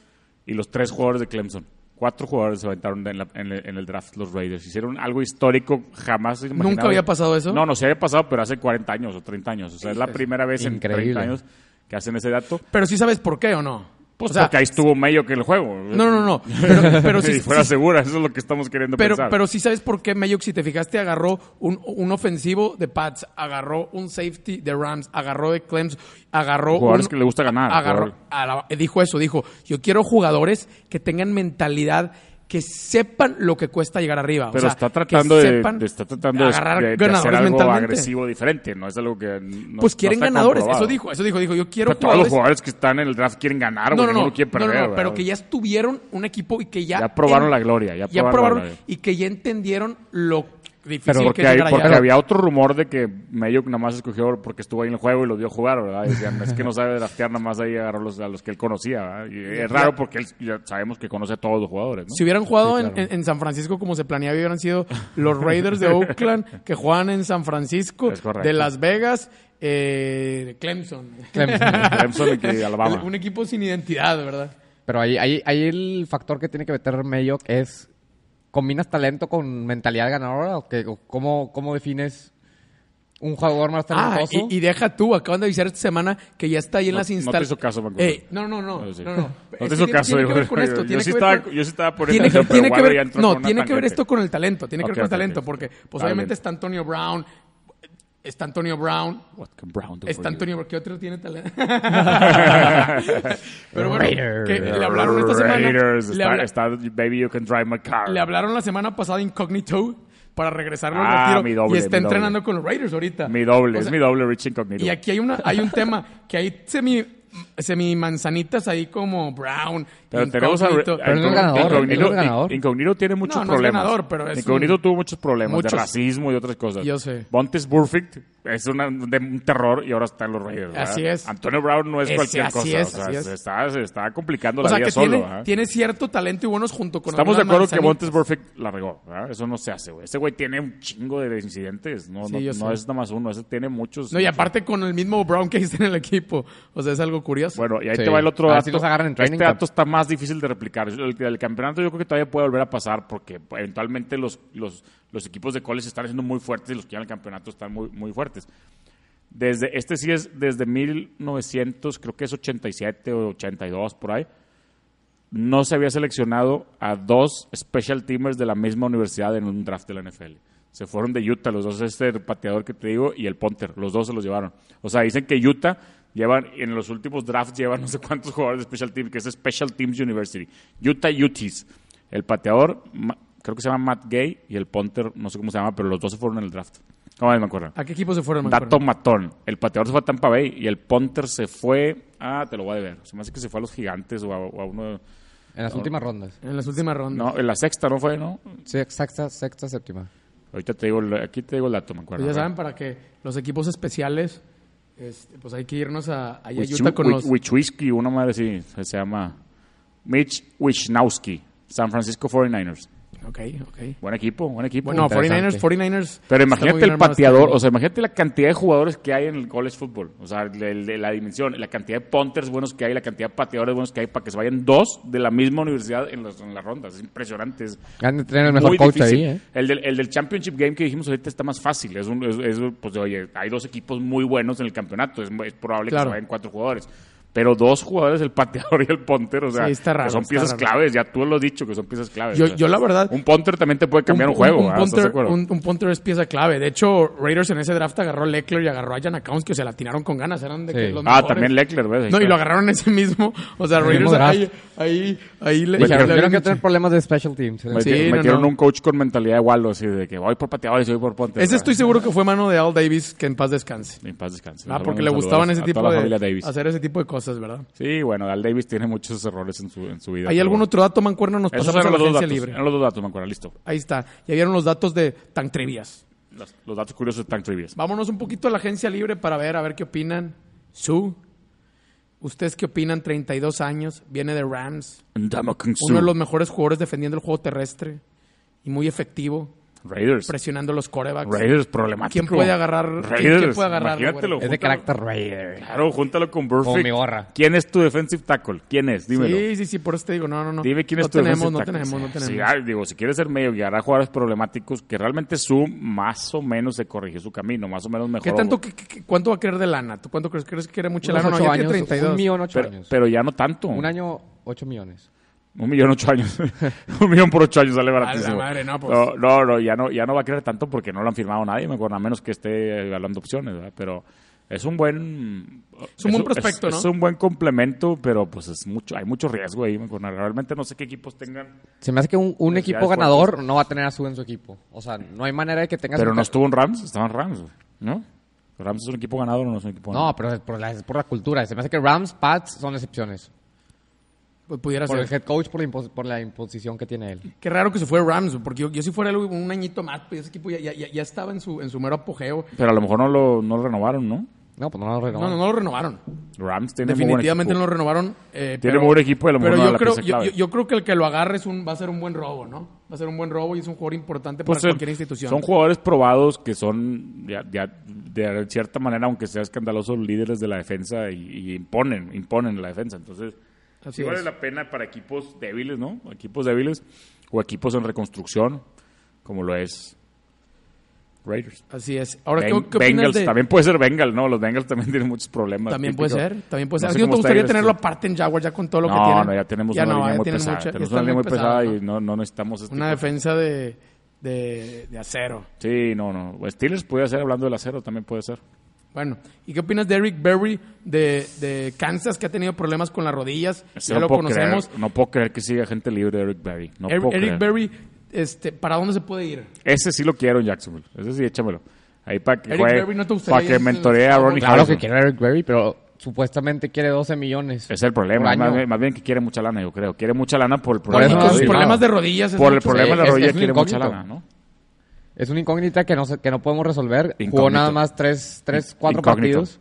B: y los tres jugadores de Clemson. Cuatro jugadores se aventaron en, la- en el, en el draft los Raiders. Hicieron algo histórico, jamás se imaginaba.
A: ¿Nunca había pasado eso?
B: No, no se había pasado, pero hace 40 años o 30 años. O sea, es la primera vez en
C: Increíble.
B: 30 años que hacen ese dato.
A: Pero sí sabes por qué o no.
B: Pues
A: O sea,
B: porque ahí estuvo medio que el juego.
A: No, no, no. Pero, pero sí,
B: si fuera
A: sí-
B: segura, eso es lo que estamos queriendo
A: pero,
B: pensar.
A: pero sí sabes por qué Mayuk, si te fijaste, agarró un, un ofensivo de Pats, agarró un safety de Rams, agarró de Clems, agarró
B: Jugadores
A: un-
B: que le gusta ganar,
A: agarró,
B: jugador.
A: a la- eh, dijo eso, dijo, yo quiero jugadores que tengan mentalidad que sepan lo que cuesta llegar arriba. o
B: Pero
A: sea,
B: está
A: que
B: tratando de,
A: sepan
B: de- está tratando de,
A: agarrar
B: de- de hacer
A: ganadores
B: algo
A: mentalmente.
B: agresivo diferente, no es algo que no-
A: pues
B: no
A: quieren
B: está
A: ganadores,
B: comprobado.
A: eso dijo, eso dijo, dijo, yo quiero
B: Pero todos los jugadores que están en el draft quieren ganar,
A: No,
B: güey,
A: no,
B: ninguno
A: no,
B: Ah, quiere
A: no, no,
B: perder,
A: no,
B: güey.
A: pero que ya estuvieron un equipo y que ya...
B: Ya probaron la gloria, ya probaron la gloria.
A: y que ya entendieron lo difícil
C: Pero
A: que
B: porque,
A: es
B: hay-
A: llegar
B: porque
A: allá.
B: había otro rumor de que Mayok nada más escogió porque estuvo ahí en el juego y lo vio jugar, ¿verdad? Y decían, es que no sabe draftear, nada más ahí agarró los, a los que él conocía, ¿verdad? Y es raro porque él ya sabemos que conoce a todos los jugadores, ¿no?
A: Si hubieran jugado en-
C: claro.
A: en, en San Francisco como se planeaba, hubieran sido los Raiders de Oakland que juegan en San Francisco,
B: Es correcto.
A: de Las Vegas, eh, de Clemson.
B: Clemson y Alabama.
A: Un equipo sin identidad, ¿verdad?
C: Pero ahí, ahí, ahí el factor que tiene que meter Mayock es, ¿combinas talento con mentalidad ganadora? ¿O qué? ¿O cómo, ¿Cómo defines un jugador más
A: Ah,
C: talentoso?
A: y, y deja tú, acaban de avisar esta semana que ya está ahí en
B: No-
A: las
B: no te
A: instancias.
B: hizo caso, me acuerdo.
A: Ey, no, no, no.
B: No, sí.
A: No, no.
B: No
A: Es
B: te
A: que
B: hizo
A: tiene-
B: caso,
A: tiene que ver
B: yo-
A: con esto,
B: yo
A: tiene
B: sí
A: que ver
B: estaba-
A: con-
B: yo sí estaba poniendo
A: Tiene que-
B: atención, pero
A: tiene que
B: Waller
A: ver-
B: ya entró
A: No,
B: con una
A: tiene que ver
B: tangente.
A: esto con el talento. Tiene que
B: Ok,
A: ver con el
B: ok,
A: talento,
B: ok.
A: porque pues,
B: Está
A: obviamente
B: bien.
A: está Antonio Brown. Está Antonio Brown,
B: What can Brown do for
A: Está
B: you?
A: Antonio, porque otro tiene talento. Pero bueno,
C: Raiders.
A: que le hablaron esta semana.
B: Raiders,
A: le,
B: está,
A: habla-
B: está Baby You Can Drive My Car.
A: le hablaron la semana pasada Incognito para regresarlo
B: Ah,
A: al retiro.
B: mi doble,
A: y está
B: mi doble.
A: entrenando con los Raiders ahorita.
B: mi doble,
A: O
B: es
A: sea,
B: mi doble Rich Incognito.
A: Y aquí hay, una, hay un tema que hay semi, semi manzanitas ahí como Brown.
B: Pero tenemos a,
A: Incognito.
B: a-
C: Pero no es ganador,
B: Incognito,
C: no es ganador.
B: Incognito tiene muchos
A: No, no es
B: problemas.
A: ganador, pero es
B: Incognito
A: un-
B: tuvo muchos problemas
A: Muchos.
B: de racismo y otras cosas.
A: Yo sé.
B: Bontes Burfict es una- de un terror y ahora está en los Raiders. ¿verdad?
A: Así es.
B: Antonio Brown no es
A: Ese,
B: cualquier
A: así
B: cosa.
A: es,
B: o sea,
A: así es.
B: Se, está, se está complicando
A: o
B: la
A: sea
B: vida
A: que
B: solo.
A: tiene,
B: ¿verdad?
A: tiene cierto talento y buenos junto con
B: Estamos de
A: algunas
B: acuerdo que
A: manzanitas.
B: Bontes Burfict la regó. ¿verdad? Eso no se hace, güey. Ese güey tiene un chingo de incidentes. No,
A: Sí,
B: no,
A: yo
B: no
A: sé.
B: es nada más uno. Ese tiene muchos.
A: No, y aparte con el mismo Brown que está en el equipo. O sea, es algo curioso.
B: Bueno, y ahí
C: Sí.
B: te va el otro
C: A ver
B: dato.
C: si los agarran en training
B: este
C: camp.
B: dato está más difícil de replicar. El, el campeonato yo creo que todavía puede volver a pasar porque pues, eventualmente los, los, los equipos de college están siendo muy fuertes y los que llegan al campeonato están muy, muy fuertes. Desde, este sí es desde 1900, creo que es 87 o 82 por ahí. No se había seleccionado a dos special teamers de la misma universidad en un draft de la NFL. Se fueron de Utah, los dos, este pateador que te digo y el punter, los dos se los llevaron. O sea, dicen que Utah llevan, en los últimos drafts llevan no sé cuántos jugadores de special teams, que es Special Teams University. Utah Utes. El pateador, Ma- creo que se llama Matt Gay y el punter, no sé cómo se llama, pero los dos se fueron en el draft. ¿Cómo me acuerdo?
A: ¿A qué equipo se fueron? Ah, me
B: Dato
A: acuerdo?
B: matón. El pateador se fue a Tampa Bay y el punter se fue. Ah, te lo voy a ver. Se me hace que se fue a los gigantes o a, o a uno.
C: En las últimas rondas.
A: En las últimas rondas.
B: No, en la sexta no fue, ¿no?
C: Sí, sexta, sexta, séptima.
B: Ahorita te digo, el- aquí te digo el dato, me acuerdo.
A: Pues ya saben, para que los equipos especiales Este, pues hay que irnos a, ahí a
B: Wichu-
A: Utah con
B: Wi-
A: los.
B: Wichwiski, una madre así, se se llama Mitch Wisnowski, San Francisco 49ers.
A: Ok, ok.
B: Buen equipo, buen equipo.
A: Bueno,
C: interesante.
A: 49ers, 49ers.
B: Pero
A: está muy
B: imagínate
A: bien
B: el
A: armado este
B: pateador,
A: equipo.
B: o sea, imagínate la cantidad de jugadores que hay en el college football. O sea, el- el- la dimensión, la cantidad de punters buenos que hay, la cantidad de pateadores buenos que hay para que se vayan dos de la misma universidad en las, en las rondas. Es impresionante. Es
C: Han de tener el mejor
B: muy
C: coach
B: difícil.
C: ahí, ¿eh?
B: el, del, el del Championship Game que dijimos ahorita está más fácil. Es un, es, es un- pues, oye, hay dos equipos muy buenos en el campeonato. Es, muy- es probable que
A: Claro.
B: se vayan cuatro jugadores. Pero dos jugadores, el pateador y el punter, o sea,
A: Sí, está raro,
B: que son
A: está
B: piezas
A: raro.
B: claves. Ya tú lo has dicho, que son piezas claves.
A: Yo,
B: o sea.
A: yo la verdad.
B: un punter también te puede cambiar un,
A: Un,
B: juego. ¿ah? ¿Estás de
A: punter,
B: acuerdo?
A: un- un punter es pieza clave. De hecho, Raiders en ese draft agarró a Leckler y agarró a Janakowski, que se la tiraron con ganas. Eran de que
C: Sí.
A: los
B: Ah,
A: mejores.
B: también Leckler, ¿ves? Ahí
A: No, y
B: está.
A: lo agarraron ese mismo. O sea,
C: El
A: Raiders
C: mismo
A: ahí,
C: draft.
A: ahí, ahí le. le
C: Dijeron, yo no
A: habían
C: quiero
A: hecho-
C: tener problemas de special teams. ¿eh?
B: Meti-
A: Sí, no,
B: metieron
A: no.
B: un coach con mentalidad de Waldo, así de que voy por pateadores y voy por ponte.
A: Ese estoy seguro que fue mano de Al Davis, que en paz descanse.
B: En paz descanse.
A: Ah,
B: Les
A: porque
B: mandamos
A: le
B: saludos
A: gustaban ese
B: a
A: tipo
B: toda la
A: de
B: familia Davis.
A: hacer ese tipo de cosas, ¿verdad?
B: Sí, bueno, Al Davis tiene muchos errores en su, en su vida.
A: ¿Hay
B: pero
A: algún
B: bueno.
A: otro dato, Mancuerno? Nos
B: Esos
A: pasamos a
B: eran
A: la
B: los dos
A: agencia
B: datos.
A: libre.
B: Eran los dos datos, me acuerdo. Listo.
A: Ahí está. Ya vieron los datos de tan trivias.
B: Los, los datos curiosos de Tank Trivias.
A: Vámonos un poquito a la agencia libre para ver, a ver qué opinan. Su. ¿Ustedes qué opinan? 32 años, viene de Rams.
B: Ndama Kung Su.
A: Uno de los mejores jugadores defendiendo el juego terrestre y muy efectivo,
B: Raiders.
A: presionando los corebacks.
B: Raiders problemático.
A: ¿Quién puede agarrar- quién-
B: Raiders.
A: quién puede agarrarlo,
B: Imagínatelo.
C: Es de
B: júntalo-
C: carácter Raider.
B: Claro, júntalo con Burfict.
C: Con mi gorra.
B: ¿Quién es tu defensive tackle? ¿Quién es? Dímelo.
A: Sí, sí, sí, por eso te digo, no, no, no.
B: Dime quién
A: no
B: es tu
A: tenemos,
B: defensive
A: no
B: tackle.
A: tenemos, no tenemos,
B: Sí, ah, digo, si quieres ser medio y hará jugadores problemáticos, que realmente su más o menos se corrigió su camino, más o menos mejor.
A: ¿Qué tanto, qué- qué- qué- cuánto va a querer de lana? ¿Tú cuánto crees, crees que quiere mucha
C: Unos
A: lana? No,
C: ocho
A: ya tiene
C: años,
A: 32.
C: Un millón ocho
B: pero,
C: años.
B: pero ya no tanto.
C: Un año, ocho millones.
B: Un millón ocho años. un millón por ocho años sale baratísimo.
A: madre, no, pues.
B: no, no, no, ya no, ya no va a querer tanto porque no lo han firmado nadie, me acuerdo, a menos que esté evaluando opciones, ¿verdad? Pero es un buen...
A: Es un buen prospecto,
B: es-
A: ¿no?
B: Es un buen complemento, pero pues es mucho, hay mucho riesgo ahí, me acuerdo. Realmente no sé qué equipos tengan,
C: Se me hace que un, un
B: Pues ya
C: equipo
B: es
C: ganador no va a tener a su en su equipo. O sea, no hay manera de que tengas...
B: pero
C: un-
B: no estuvo en Rams, estaba en Rams, güey, ¿no? Rams es un equipo ganador o no es un equipo ganador.
C: No, pero es por, la, es por la cultura. Se me hace que Rams, Pats son excepciones.
A: Pues pudiera
C: Por
A: ser.
C: el head coach, por la, impos- por la imposición que tiene él.
A: Qué raro que se fue Rams, porque yo, yo si fuera él, un añito más, pues ese equipo ya, ya, ya- ya estaba en su, en su mero apogeo.
B: Pero a lo mejor no lo, no lo renovaron, ¿no?
C: No, pues
A: No,
C: no lo
A: no,
C: renovaron.
A: no lo renovaron.
B: Rams tiene muy buen
A: Definitivamente no
B: equipo.
A: lo renovaron. eh,
B: Tiene
A: pero-
B: muy buen equipo y a lo mejor
A: pero
B: no
A: yo
B: la
A: creo,
B: pieza
A: yo,
B: clave.
A: yo- yo creo que el que lo agarre es un, va a ser un buen robo, ¿no? Va a ser un buen robo y es un jugador importante para
B: Pues,
A: cualquier
B: eh,
A: institución.
B: Son jugadores probados que son, ya, ya, de cierta manera, aunque sean escandalosos, líderes de la defensa y, y imponen, imponen la defensa. Entonces,
A: Así
B: sí vale
A: es.
B: la pena para equipos débiles, ¿no? Equipos débiles o equipos en reconstrucción, como lo es Raiders.
A: Así es. Ahora, ¿qué,
B: Beng-
A: qué opinas
B: Bengals,
A: de-
B: también puede ser Bengal, ¿no? Los Bengals también tienen muchos problemas.
A: También
B: típico.
A: puede ser, también puede ser.
B: No
A: ¿A
B: sé
A: ti no te
B: cómo está
A: gustaría
B: Jared
A: tenerlo
B: Stidham.
A: aparte en Jaguar ya con todo lo que tienen?
B: No, no, ya tenemos una
A: no,
B: línea
A: ya
B: muy
A: tienen
B: pesada.
A: mucha- ya
B: tenemos
A: está
B: una línea muy pesada
A: ¿no?
B: y no, no necesitamos este
A: Una
B: tipo de-
A: defensa de, de, de acero.
B: Sí, no, no. Steelers puede ser, hablando del acero, también puede ser.
A: Bueno, ¿y qué opinas de Eric Berry de, de Kansas que ha tenido problemas con las rodillas?
B: Sí,
A: ya
B: no
A: lo
B: puedo
A: conocemos.
B: Creer, no puedo creer que siga gente libre de Eric Berry. No
A: Eric,
B: puedo
A: Eric
B: creer.
A: Berry, este, ¿para dónde se puede ir?
B: Ese sí lo quiero en Jacksonville. Ese sí, échamelo. Ahí para que
A: Eric
B: juegue,
A: Berry no te gustaría
B: para que
A: ir en-
B: mentoree a Ronnie
C: Claro que
B: Harrison.
C: quiere Eric Berry, pero Ah, supuestamente quiere 12 millones.
B: Es el problema.
C: Por
B: Más
C: año.
B: bien, más bien que quiere mucha lana, yo creo. Quiere mucha lana por el problema.
A: Y
B: de
C: eso
A: con
B: la
A: sus
C: sí,
B: rodilla.
A: problemas
C: no.
A: de rodillas. es
B: por el
A: mucho-
B: problema de la
C: Es- es
B: rodilla
C: un
B: quiere mucha
C: incógnito.
B: lana, ¿no?
C: Es una incógnita que no, se- que no podemos resolver.
B: Incógnito.
C: Jugó nada más 3, tres,
B: In-
C: 4
B: incógnito.
C: partidos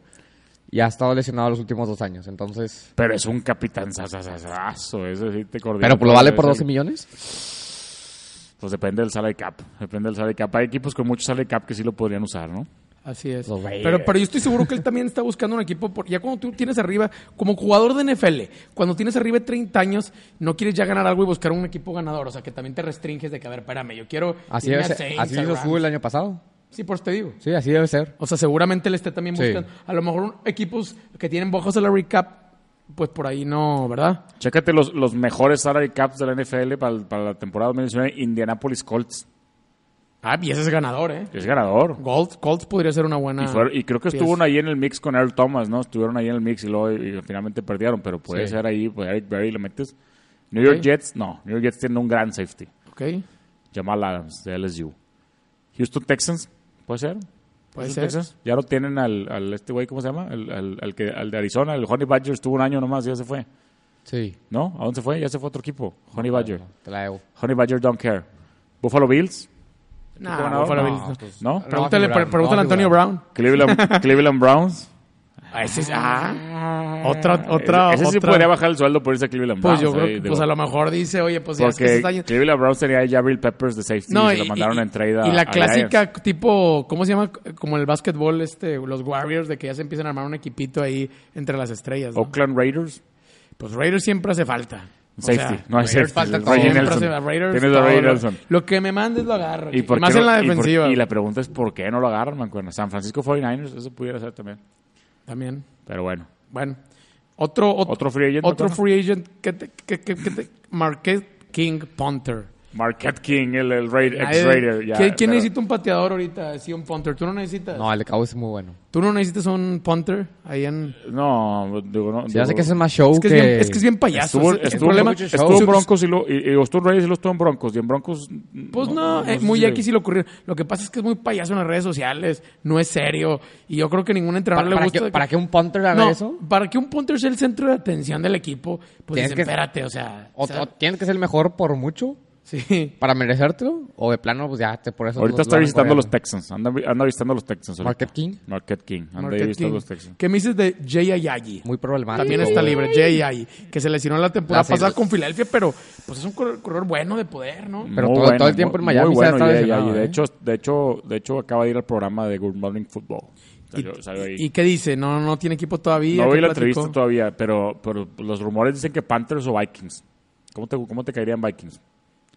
C: y ha estado lesionado los últimos dos años. Entonces...
B: Pero es un capitán sasasasazo. Ese sí te coordina.
C: ¿Pero lo vale por
B: Ese-
C: 12 millones?
B: Pues depende del salary cap. Depende del salary cap. Hay equipos con mucho salary cap que sí lo podrían usar, ¿no?
A: Así es.
C: Los Raiders.
A: Pero, pero yo estoy seguro que él también está buscando un equipo. Por, ya cuando tú tienes arriba, como jugador de NFL, cuando tienes arriba de 30 años, no quieres ya ganar algo y buscar un equipo ganador. O sea, que también te restringes de que, a ver, espérame, yo quiero.
C: Así,
A: irme
C: debe
A: a
C: ser.
A: Saints,
C: así
A: a
C: hizo
A: Rams.
C: Su el año pasado.
A: Sí, por eso te digo.
C: Sí, así debe ser.
A: O sea, seguramente le esté también
C: Sí.
A: buscando. A lo mejor un- equipos que tienen bajos salary cap, pues por ahí no, ¿verdad?
B: Chécate los, los mejores salary caps de la NFL para, el- para la temporada 2019. Indianapolis Colts.
A: Ah, y ese es ganador, ¿eh?
B: Es ganador.
A: Gold, Colts podría ser una buena.
B: Y, fueron- y creo que
A: pieza.
B: estuvieron ahí en el mix con Earl Thomas, ¿no? Estuvieron ahí en el mix y luego y finalmente perdieron, pero puede
C: Sí.
B: ser ahí, pues Eric Berry le metes. New York
A: Ok.
B: Jets, no. New York Jets tiene un gran safety.
A: Ok,
B: Jamal Adams, de LSU. Houston Texans, puede ser.
A: puede
B: Houston
A: ser.
B: Texans. Ya no tienen al, al este güey, ¿cómo se llama? Al, al- al que, al de Arizona, el Honey Badger, estuvo un año nomás y ya se fue.
C: Sí.
B: ¿No? ¿A dónde se fue? Ya se fue a otro equipo. Honey Badger.
C: Te la debo.
B: Honey Badger don't care. Buffalo Bills,
A: Nah,
B: ganador?
A: Ah, Buffalo
B: No,
A: Bills no.
B: ¿no?
C: No va a
A: Pregúntale,
C: figurar,
A: pre-
C: no
A: pregúntale a
C: va a
A: Antonio
C: figurar.
A: Brown.
B: Cleveland, Cleveland Browns. Eh,
A: Ah, ese es- ah, otra, otra,
B: Ese sí
A: otra-
B: podría bajar el sueldo por irse a Cleveland
A: Pues
B: Browns.
A: yo creo
B: eh,
A: que
B: digo,
A: pues a lo mejor dice, oye, pues ya es que se
B: porque
A: está yendo.
B: Cleveland Browns tenía a Jabril Peppers de safety
A: No,
B: y se lo mandaron en trade a
A: y
B: a
A: la
B: Giants.
A: clásica tipo, ¿cómo se llama? Como el básquetbol, este, los Warriors, de que ya se empiezan a armar un equipito ahí entre las estrellas. ¿no?
B: Oakland Raiders.
A: Pues Raiders siempre hace falta. O sea,
B: Safety. no hay
C: Raiders
B: safety.
C: falta
B: el
C: todo.
B: Ray
A: siempre
B: Nelson.
A: hace- a Raiders
B: Tienes a
A: todo,
B: Ray
A: lo-
B: Nelson.
A: Lo que me mandes lo agarro.
B: ¿Y por qué
A: más en
B: no-
A: la
B: y por-
A: defensiva.
B: Y, la pregunta es por qué no lo agarran, mancuerna. San Francisco 49ers, eso pudiera ser también.
A: También.
B: Pero bueno.
A: Bueno. Otro, ot-
B: Otro free agent,
A: Otro
B: ¿no?
A: free agent que te, que, que- que te- Marquette King Punter.
B: Marquette King, el, el Raid-
A: Nadie-
B: ex-Raider. ya,
A: ¿Quién, quién
B: pero-
A: necesita un pateador ahorita? Sí, un punter. ¿Tú no necesitas?
C: No, el de Cowboys es muy bueno.
A: ¿Tú no necesitas un punter ahí en...?
B: No, digo, no.
C: Ya sé
B: digo-
C: que ese es más show
A: Es que,
C: que...
A: Es, bien, es que es bien payaso.
B: Estuvo,
A: es el- el
B: estuvo,
A: problema-
B: estuvo
A: su-
B: en
A: su-
B: Broncos y, lo, y, y o estuvo en Raiders y lo estuvo en Broncos. Y en Broncos.
A: Pues no, eh,
B: sé
A: muy
B: si-
A: X y lo ocurrió. Lo que pasa es que es muy payaso en las redes sociales, no es serio. Y yo creo que ningún
C: Pa-
A: entrenador
C: para,
A: le gusta.
C: que, para que un punter haga
A: No,
C: eso,
A: para que un punter sea el centro de atención del equipo, pues
C: Tienes
A: dices,
C: que-
A: espérate, o sea.
C: o,
A: o sea,
C: o tienes que ser el mejor por mucho
A: sí.
C: para merecértelo, o de plano, pues ya, te, por eso...
B: Ahorita
C: lo-
B: está
C: lo
B: visitando
C: recorrieron.
B: los Texans. Anda, vi- anda visitando los Texans. ahorita.
C: Marquette King.
B: Marquette King. Anda
A: Marquette
B: visitando
A: King.
B: los Texans.
A: ¿Qué me dices de Jay Ayayi?
C: este Muy problemático.
A: También está libre, Jay Ayayi, que se lesionó la temporada
C: Ah, sí,
A: pasada
C: los-
A: con Filadelfia, pero pues es un corredor corredor bueno de poder, ¿no?
C: Pero
B: Muy
C: todo- todo el tiempo en
B: muy-
C: Miami
B: muy
C: se ha
B: bueno,
C: estado
B: ya, ya,
C: lesionado,
B: y de
C: ¿eh?
B: hecho, de hecho, de hecho acaba de ir al programa de Good Morning Football. Salió, salió ahí.
A: ¿Y qué dice? No, no tiene equipo todavía.
B: no
A: ¿qué
B: vi la
A: platicó?
B: entrevista todavía, pero, pero los rumores dicen que Panthers o Vikings. ¿Cómo te, cómo te caerían Vikings?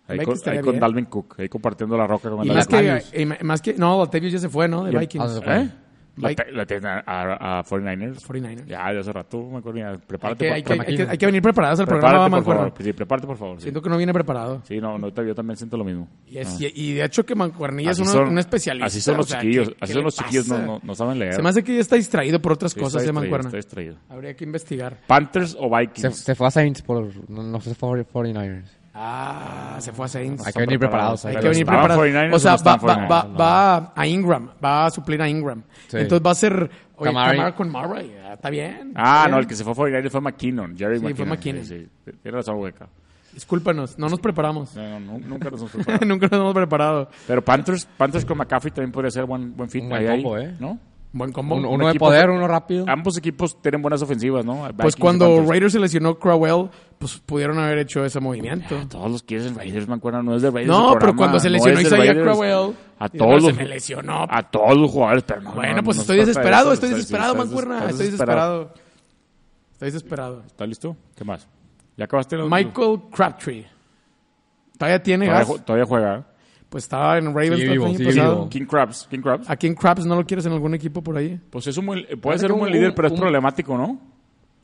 B: Ahí,
A: Vikings
B: con, ahí
A: estaría
B: con
A: bien.
B: Dalvin Cook, ahí compartiendo la roca con
A: Y
B: el
A: más que,
B: Dalvin.
A: y ma- más que. No, Latavius ya se fue, ¿no? De
B: Y-
A: Vikings.
C: Ah, se fue.
B: ¿Eh? La
A: Vik-
B: te- La tienen a, a- a 49ers.
A: 49ers.
B: Ya, de hace rato, me acuerdo. mira,
A: Hay
B: prepárate.
A: que,
B: pa-
A: hay, que, hay,
B: prepárate,
A: que, hay que venir preparados al programa,
B: prepárate,
A: va,
B: por
A: Mancuerno.
B: favor. Sí, prepárate, por favor. Sí,
A: Siento que no viene preparado.
B: Sí, no, no, yo también siento lo mismo.
A: Y, es- y- y de hecho que Mancuernilla es
B: Así
A: uno-
B: son-
A: un especialista.
B: Así son
A: o
B: los
A: sea,
B: chiquillos.
A: ¿qué-
B: Así
A: qué
B: son
A: le
B: los chiquillos, no,
A: pasa?
B: no, no saben leer.
A: Se me hace que ya está distraído por otras
B: Sí, está
A: cosas de
B: distraído,
A: Mancuerna.
B: está distraído.
A: Habría que investigar.
B: Panthers o
C: Se,
B: Vikings.
C: se fue a Saints por... No, no se fue a 49ers.
A: Ah, se fue a Saints.
C: Hay que venir preparados.
A: Hay
B: pero
A: que venir
B: ¿estaban
A: preparados.
B: 49ers
A: O sea,
B: o Ah, no
A: va,
B: estaban
A: va,
B: 49ers?
A: va, va a Ingram, va a suplir a Ingram.
C: Sí.
A: Entonces va a ser oye,
C: Kamara.
A: Kamara con Murray. Ah, Está bien.
B: Ah,
A: está
B: no, el
A: bien.
B: que se fue a 49 fue McKinnon. Jerry
A: Sí,
B: McKinnon.
A: fue McKinnon.
B: Sí, sí. Tiene razón, hueca.
A: Discúlpanos, no nos preparamos.
B: No, no, nu- nunca nos hemos preparado.
A: Nunca nos hemos preparado.
B: Pero Panthers, Panthers con McCaffrey también podría ser buen, buen fit.
C: Un buen
B: ahí, ahí,
C: combo, ¿eh?
B: ¿no?
A: Buen combo.
C: Uno,
B: un
C: uno de
B: equipo
C: poder,
B: fue-
C: uno rápido.
B: Ambos equipos tienen buenas ofensivas, ¿no? Vikings
A: Pues
B: y
A: cuando
B: Panthers.
A: Raiders se lesionó Crowell, pues pudieron haber hecho ese movimiento.
B: Todos los quieres en Raiders, me acuerdo, no es de Raiders.
A: No,
B: el
A: pero
B: Ah, programa,
A: cuando se
B: no
A: lesionó
B: es de
A: Isaiah
B: Raiders.
A: Crowell,
B: a
A: y
B: todos
A: luego se
B: los,
A: me lesionó.
B: A todos los jugadores, pero no,
A: Bueno,
B: no,
A: pues
B: no se
A: estoy
B: trata de
A: desesperado,
B: eso,
A: estoy
B: estás-
A: desesperado,
B: estás-
A: Mancuerna.
B: estás
A: Estoy desesperado. Estoy desesperado.
B: ¿Está listo? ¿Qué más? ¿Ya acabaste los
A: Michael Crabtree. Todavía tiene
B: Todavía,
A: gas.
B: ju- todavía juega.
A: Pues estaba en Ravens
C: Sigue
A: todo el
C: vivo,
A: año
C: sigue
A: pasado.
C: vivo.
B: King Krabs. King Krabs.
A: ¿A quién Krabs no lo quieres en algún equipo por ahí?
B: Pues es un buen, puede
C: Parece
B: ser un
C: un-
B: buen líder,
C: un-
B: pero es
C: un-
B: problemático, ¿no?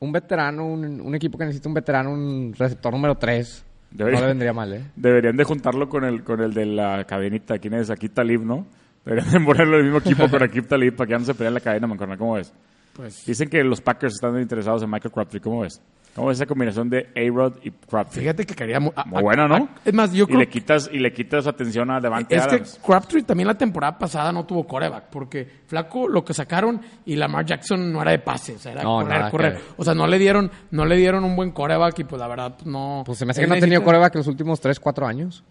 C: Un veterano, un, un equipo que necesita un veterano, un receptor número 3.
B: Debería-
C: No le vendría mal, ¿eh?
B: Deberían de juntarlo con el, con el de la cadenita. ¿Quién es? Aquí Talib, ¿no? Deberían de ponerlo en el mismo equipo con Akib Talib para que ya no se peleen la cadena, Mancuerna. ¿Cómo ves?
A: Pues
B: Dicen que los Packers están interesados en Michael Crabtree. ¿Cómo ves? ¿Cómo ves esa combinación de A-Rod y Crabtree?
A: fíjate que quería... mu- a-
B: Muy
A: a-
B: buena, ¿no?
A: a- es más, yo
B: y
A: creo
B: le quitas Y le quitas atención a Devante
A: Es que
B: Adams.
A: Crabtree también la temporada pasada no tuvo coreback, porque Flaco lo que sacaron y Lamar Jackson no era de pase, o sea, era
C: No,
A: correr,
C: nada que
A: correr.
C: ver.
A: O sea, no le dieron, no le dieron un buen coreback y pues la verdad pues, no.
C: Pues se me hace
A: Él
C: que no ha tenido
A: necesita-
C: coreback en los últimos 3, 4 años.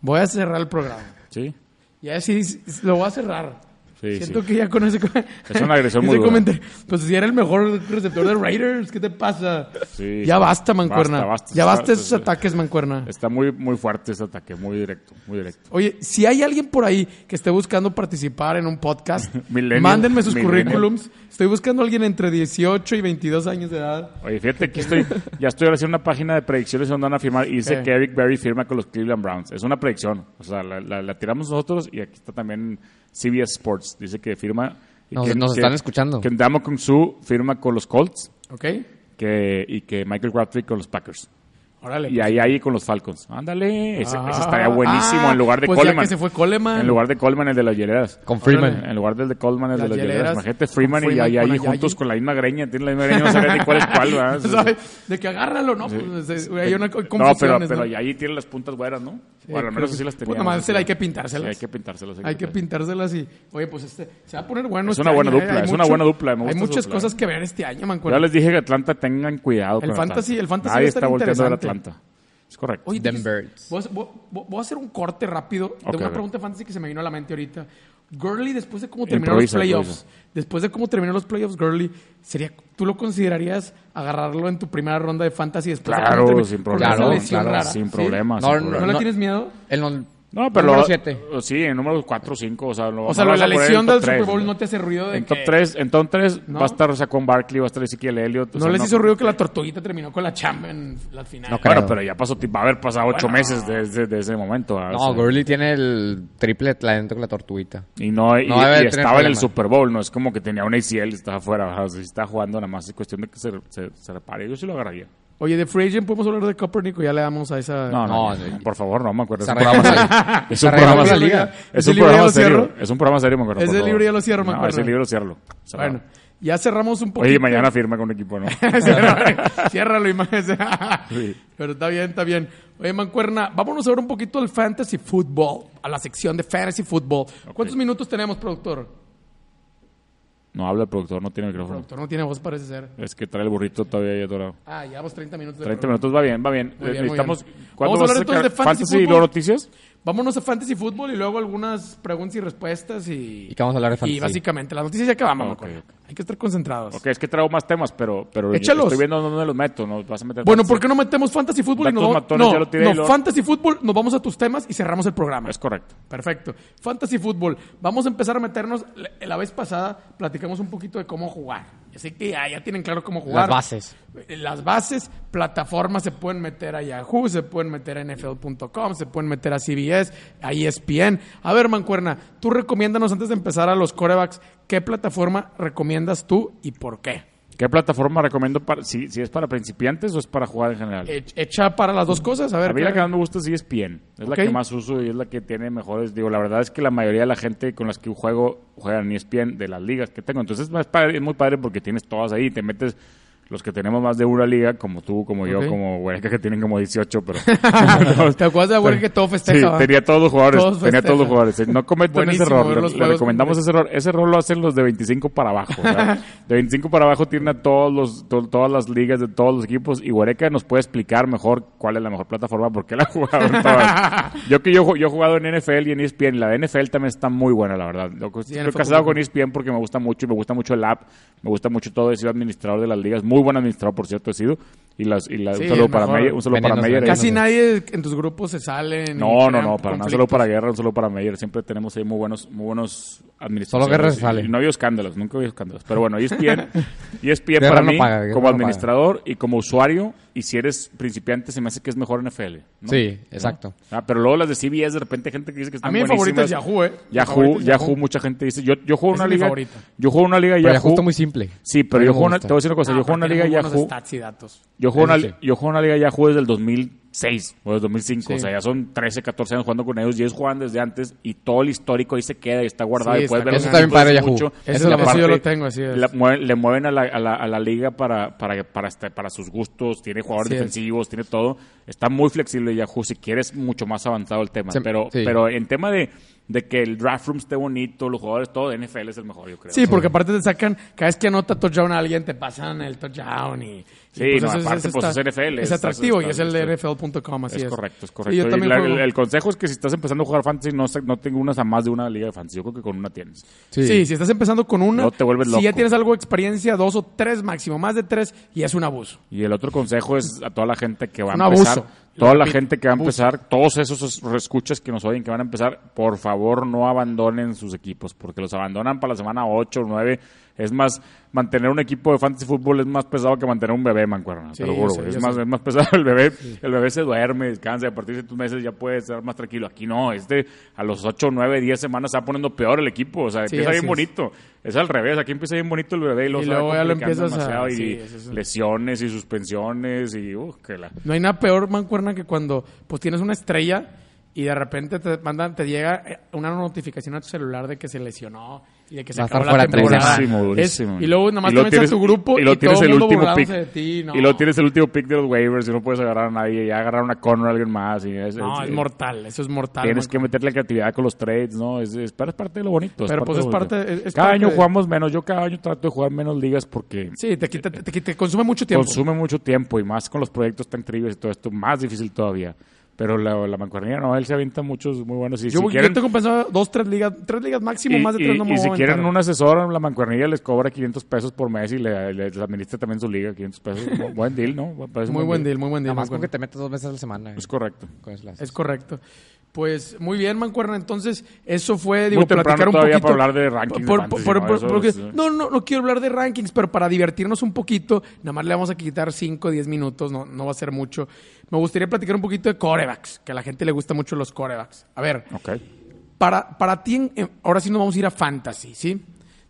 A: Voy a cerrar el programa.
B: Sí.
A: Ya sí sí, lo voy a cerrar.
B: Sí,
A: Siento
B: sí.
A: que ya con ese co-
B: Es una agresión
A: ese
B: muy dura.
A: comentario- Pues si era el mejor receptor de Raiders, ¿qué te pasa?
B: Sí.
A: ya basta, mancuerna.
B: Basta, basta.
A: ya basta esos
B: Está-
A: ataques, mancuerna.
B: Está muy, muy fuerte ese ataque, muy directo, muy directo.
A: Oye, si hay alguien por ahí que esté buscando participar en un podcast,
B: Millennial,
A: mándenme sus
B: millennial.
A: currículums. Estoy buscando a alguien entre 18 y 22 años de edad.
B: Oye, fíjate que estoy, ya estoy haciendo una página de predicciones donde van a firmar y dice
A: ¿Qué?
B: que Eric Berry firma con los Cleveland Browns. Es una predicción. O sea, la, la- la tiramos nosotros y aquí está también CBS Sports. Dice que firma. y
C: Nos-
B: que-
C: nos
B: que-
C: están escuchando.
B: Que Damo Kung Su firma con los Colts
A: ¿Ok?
B: que, y que Michael Crabtree con los Packers.
A: Órale.
B: Y ahí, ahí con los Falcons. Ándale, ese,
A: Ah.
B: ese estaría buenísimo
A: Ah,
B: en lugar de
A: pues ya
B: Coleman.
A: que se fue Coleman.
B: En lugar de Coleman, el de las hieleras.
C: Con Freeman.
B: En lugar del de Coleman, el
A: Las
B: de las hieleras.
A: hieleras,
B: Imagínate
A: con
B: Freeman,
A: Freeman,
B: y ahí,
A: con
B: ahí
A: Ayayi.
B: juntos con la misma greña. Tienen la misma greña, no sabían ni cuál es cuál, ¿verdad?
A: ¿Sabes? De que agárralo, ¿no? Pues, es- hay una co- confusión.
B: No, pero, pero
A: ¿no?
B: ahí tienen las puntas güeras, ¿no?
A: Sí,
B: o al
A: creo
B: menos
A: que-
B: así las tenían.
A: Pues nomás se la hay que
B: Sí,
A: pintárselas.
B: hay que pintárselas.
A: Hay que pintárselas y, oye, pues este, se va a poner bueno.
B: Es
A: este
B: una buena
A: año, ¿eh?
B: dupla,
A: Hay
B: es una buena dupla, me
A: hay
B: gusta esa
A: muchas
B: dupla, ¿eh?
A: cosas que ver este año,
B: Ya
A: mancuerna.
B: les dije que Atlanta tengan cuidado
A: El
B: con
A: fantasy-
B: Atlanta.
A: el fantasy va
B: Nadie
A: a
B: está
A: estar
B: volteando a ver
A: interesante.
B: Atlanta. Es correcto.
A: Oye,
C: Them
A: dijiste-
C: birds.
A: Voy a, voy- voy a hacer un corte rápido
B: Ok,
A: de
B: a
A: una
B: ver.
A: pregunta fantasy que se me vino a la mente ahorita. Gurley, después de cómo terminó los
B: Improvisa,
A: playoffs,
B: improvisa.
A: después de cómo terminó los playoffs, Gurley, sería, ¿tú lo considerarías agarrarlo en tu primera ronda de fantasy después de cómo
B: Claro,
A: termi-
B: sin
A: porque esa
B: problema.
C: Claro,
A: lesión
C: claro,
A: rara,
B: sin
A: ¿sí?
B: problema.
C: No,
B: sin
C: no,
A: ¿No,
B: problema.
A: le
C: No.
A: tienes miedo?
C: El no-
B: No, pero
C: número
B: lo-
C: siete.
B: o Sí, en número 4 o 5. O sea, lo,
A: O sea,
B: no
A: lo
B: vas
A: de la
B: a poner
A: lesión
B: en top
A: del Super
B: tres,
A: Bowl
B: ¿no?
A: no te hace ruido de
B: En
A: que-
B: top 3, en top 3
A: No.
B: va a estar Saquon Barkley, va a estar Ezequiel Elliott. o
A: No
B: sea,
A: les hizo ruido que la tortuguita terminó con la chamba en la final.
C: No creo.
B: Bueno, pero ya pasó, ti- va a haber pasado 8 meses desde de ese momento. ¿verdad?
C: No,
B: O sea,
C: Gurley tiene el triple talento que la tortuguita.
B: Y, no, y,
C: No debe
B: y
C: tener
B: estaba en el
C: problema.
B: Super Bowl, no es como que tenía un ACL y estaba afuera. ¿verdad? O sea, si está jugando, nada más es cuestión de que se, se, se repare. Yo sí lo agarraría.
A: Oye, de Free Agent podemos hablar de Copernico, ya le damos a esa.
B: No, no,
C: No,
B: no, por favor, no me acuerdo. Es
C: Se
B: un programa
C: arregla-
B: serio. Es un
C: se arregla
B: programa
C: la
B: serio.
A: liga.
B: Es
A: Ese libro
B: un
A: ya
B: programa
A: lo
B: serio.
A: cierro.
B: Es un programa serio, me acuerdo.
A: Ese
B: por favor.
A: libro ya lo cierro, me
B: No,
A: acuerdo.
B: Ese libro cierro. Cerrado.
A: Bueno, ya cerramos un poquito.
B: Oye, mañana firma con un equipo, ¿no?
A: Ciérralo, Ciérralo, imagen.
B: Sí.
A: Pero está bien, está bien. Oye, Mancuerna, vámonos ahora un poquito al fantasy football, a la sección de fantasy football. ¿Cuántos minutos tenemos, productor?
B: No habla el productor, no tiene micrófono.
A: Productor no tiene voz, parece ser.
B: Es que trae el burrito todavía ahí atorado.
A: Ah, llevamos 30 minutos. De
B: 30
A: programa.
B: minutos va bien, va bien.
A: Muy bien, muy
B: Necesitamos.
A: bien.
B: ¿Cuándo
A: Vamos a
B: vas
A: hablar entonces
B: sacar
A: de fantasy
B: fantasy y
A: fútbol.
B: luego noticias?
A: Vámonos a fantasy football y luego algunas preguntas y respuestas y...
C: ¿Y qué vamos a hablar de
A: Y
C: fantasy?
A: básicamente, las noticias ya acabamos,
B: Ah,
A: Mancuerna.
B: ok,
A: Hay que estar concentrados.
B: Ok, es que traigo más temas, pero, pero
A: Échalos.
B: estoy viendo dónde los meto. ¿no? Vas a meter
A: Bueno,
B: fantasy.
A: ¿por qué no metemos fantasy fútbol y
B: Datos
A: nos vamos-
B: matones,
A: no,
B: ya lo tiré
A: no,
B: y lo-
A: fantasy fútbol, nos vamos a tus temas y cerramos el programa.
B: Es correcto.
A: Perfecto. Fantasy fútbol. Vamos a empezar a meternos. La- La vez pasada platicamos un poquito de cómo jugar. Así que ya, ya tienen claro cómo jugar.
C: Las bases.
A: Eh, Las bases, plataformas se pueden meter a Yahoo, se pueden meter a NFL.com, se pueden meter a CBS, a E ESPN. A ver, Mancuerna, tú recomiéndanos antes de empezar a los corebacks, ¿qué plataforma recomiendas tú y por qué?
B: ¿Qué plataforma recomiendo? Para, si, si es para principiantes o es para jugar en general.
A: Ech- Echa para las dos cosas, a ver.
B: A mí la
A: ¿qué-
B: que más me gusta sí es E ESPN. Es la
A: Ok.
B: que más uso y es la que tiene mejores. Digo, la verdad es que la mayoría de la gente con las que juego juegan E ESPN de las ligas que tengo. Entonces es, padre- es muy padre porque tienes todas ahí. Te metes los que tenemos más de una liga, como tú, como
A: Ok.
B: yo, como Huerca, que tienen como 18, pero...
A: ¿Te acuerdas de la Huerca que todo festeja,
B: Sí,
A: va?
B: tenía todos los jugadores.
A: Todos
B: tenía todos
A: festejan.
B: los jugadores. No cometan ese
A: Buenísimo
B: error.
A: ver
B: Le,
A: los
B: le
A: juegos
B: recomendamos ese error. Ese error lo hacen los de 25 para abajo. o sea, de 25 para abajo tienen a todos los, to- todas las ligas de todos los equipos. Y Huereca nos puede explicar mejor cuál es la mejor plataforma porque la ha jugado en todas. Yo que yo, ju- yo he jugado en NFL y en E ESPN. La de NFL también está muy buena, la verdad. Lo
A: en
B: que- Estoy
A: el
B: casado
A: fútbol.
B: con E ESPN porque me gusta mucho y me gusta mucho el app. Me gusta mucho todo. He sido administrador de las ligas. Muy buen administrador, por cierto, he sido. Y, las, y la-
A: Sí,
B: un
A: el
B: saludo para
A: mejor.
B: Meyer. Un saludo para
C: Venenos,
B: Meyer.
A: Casi
C: Sí.
A: nadie en tus grupos se sale. ni
B: No,
A: crean
B: no, no, para nada,
A: conflictos.
B: solo para guerra, solo para Meyer. Siempre tenemos ahí muy buenos, muy buenos administradores.
C: Solo guerra se
B: Y-
C: sale.
B: y no había escándalos, nunca había escándalos. Pero bueno, E ESPN, ESPN
C: Guerra
B: para
C: no
B: mí,
C: paga, guerra
B: como
C: no
B: administrador y como usuario, y si eres principiante, se me hace que es mejor NFL. ¿no?
C: Sí, exacto.
B: Ah, pero luego las de CBS, de repente hay gente que dice que están
A: A mí mi favorita es
B: buenísimas.
A: Yahoo, ¿eh? Mi
B: Yahoo,
A: favorita
B: Yahoo,
A: es
B: mucha gente dice. Yo, yo juego
A: Esa
B: una
A: es mi
B: liga.
A: favorita.
B: Yo juego una liga
C: Pero ya
B: Yahoo.
C: justo muy simple.
B: Sí, pero
C: A mí
B: yo
C: me
B: juego una, te
C: gusta.
B: voy a decir una cosa.
A: No,
B: yo juego
A: Ah, pero
B: una
A: tiene
B: liga
A: muy buenos
B: Yahoo.
A: stats y datos.
B: Yo juego,
C: Eso
B: una,
C: sí.
B: yo juego una liga Yahoo desde el 2006 o desde 2005.
A: Sí.
B: O sea, ya son 13, 14 años jugando con ellos. Y ellos juegan desde antes. Y todo el histórico ahí se queda y está guardado.
A: Sí,
B: y puedes
A: está
B: ver
A: cañón. Eso
B: los
A: está
C: bien padre
B: equipos
C: Yahoo.
B: mucho.
C: Esa
A: es
B: Y
A: la
B: aparte,
A: parte- yo lo tengo, así es.
B: la mueven- le mueven a la, a la, a la liga para, para, para, este- para sus gustos. Tiene jugadores
A: Así es.
B: defensivos, tiene todo. Está muy flexible Yahoo. Si quieres, mucho más avanzado el tema.
C: Se-
B: pero,
C: sí.
B: pero en tema de, de que el draft room esté bonito, los jugadores, todo, NFL es el mejor, yo creo.
A: Sí, porque aparte te sacan, cada vez que anota touchdown a alguien, te pasan el touchdown y... y
B: Sí, no, aparte, pues,
A: está-
B: es NFL,
A: Es
B: es-
A: atractivo
B: está-
A: y es el de
B: está-
A: NFL.com, así es.
B: Es correcto, es
A: Sí,
B: correcto.
A: yo
B: Y
A: también
B: la-
A: juego-
B: el, el consejo es que si estás empezando a jugar fantasy, no, sa- no tengas unas a más de una liga de fantasy. Yo creo que con una tienes.
A: Sí. si estás empezando con una,
B: No te vuelves
A: si ya
B: loco.
A: tienes algo de experiencia, dos o tres máximo, más de tres, y es un abuso.
B: Y el otro consejo es a toda la gente que va a
A: Un
B: empezar.
A: abuso.
B: Toda la
A: Repito,
B: gente que va a empezar, todos esos escuchas que nos oyen que van a empezar, por favor no abandonen sus equipos, porque los abandonan para la semana 8 o 9. Es más, mantener un equipo de fantasy fútbol es más pesado que mantener un bebé, mancuerna.
A: Sí,
B: te lo juro,
A: yo sé,
B: güey.
A: yo
B: es, más,
A: sé.
B: es más pesado el bebé. El bebé se duerme, descansa, y a partir de tus meses ya puede estar más tranquilo. Aquí no, este a los 8, 9, 10 semanas se va poniendo peor el equipo. O sea,
A: Sí,
B: empieza
A: así
B: bien
A: es.
B: bonito. Es al revés, aquí empieza bien bonito el bebé y,
A: Y
B: se va
A: luego ya lo
B: complicando
A: empiezas a-
B: demasiado y
A: sí, eso es-
B: lesiones y suspensiones y uh, que la
A: No hay nada peor, mancuerna, que cuando pues tienes una estrella y de repente te mandan, te llega eh, una notificación a tu celular de que se lesionó y de que se
C: Va a
A: acabó
C: estar
A: la
C: fuera tres
A: temporada.
B: Durísimo, durísimo.
A: Es- y luego nada más te metes a tu grupo y,
B: luego
A: todo el mundo
B: pick
A: burlándose de ti. No,
B: y luego tienes el último pick de los waivers y no puedes agarrar a nadie y agarrar una corner a alguien más y es,
A: no, es,
B: es-
A: mortal, eso es mortal.
B: eh, tienes
A: mancuerna.
B: que meterle creatividad con los trades no es, es, pero es parte de lo bonito
A: Pero, pues,
B: de
A: es
B: lo
A: parte-
B: bonito.
A: es- es
B: cada
A: parte
B: año
A: de-
B: jugamos menos yo cada año trato de jugar menos ligas porque
A: Sí, te, quita,
B: eh,
A: te, te- te consume mucho tiempo.
B: Consume mucho tiempo y más con los proyectos tan triviales y todo esto, más difícil todavía. Pero la, la mancuernilla no, él se avienta muchos muy buenos. Y
A: yo,
B: si
A: yo
B: quieren,
A: tengo pensado dos, tres ligas, tres ligas máximo,
B: y-
A: más de
B: y-
A: tres no me
B: y
A: voy
B: si
A: a
B: quieren
A: aventar.
B: un asesor, la mancuernilla les cobra 500 pesos por mes y le, le- le administra también su liga, 500 pesos. Bu- buen deal, ¿no? Parece un
A: Muy buen deal, muy buen deal.
C: Nada más con
A: Mancuerna.
C: que te metas dos veces a la semana. eh,
B: Es correcto.
C: con eso las-
A: Es correcto. Pues muy bien, Mancuerna. Entonces, eso fue, digo,
B: Muy temprano
A: platicar un
B: todavía
A: poquito.
B: para hablar de rankings de
A: Por-
B: fantasy,
A: por-
B: ¿no?
A: por-
B: Eso
A: porque-
B: es- eh.
A: no, no, no quiero hablar de rankings, pero para divertirnos un poquito, nada más le vamos a quitar 5, 10 minutos, no, no va a ser mucho. Me gustaría platicar un poquito de corebacks, que a la gente le gusta mucho los corebacks. A ver,
B: Ok.
A: para, para ti, en- en- ahora sí nos vamos a ir a fantasy, ¿sí?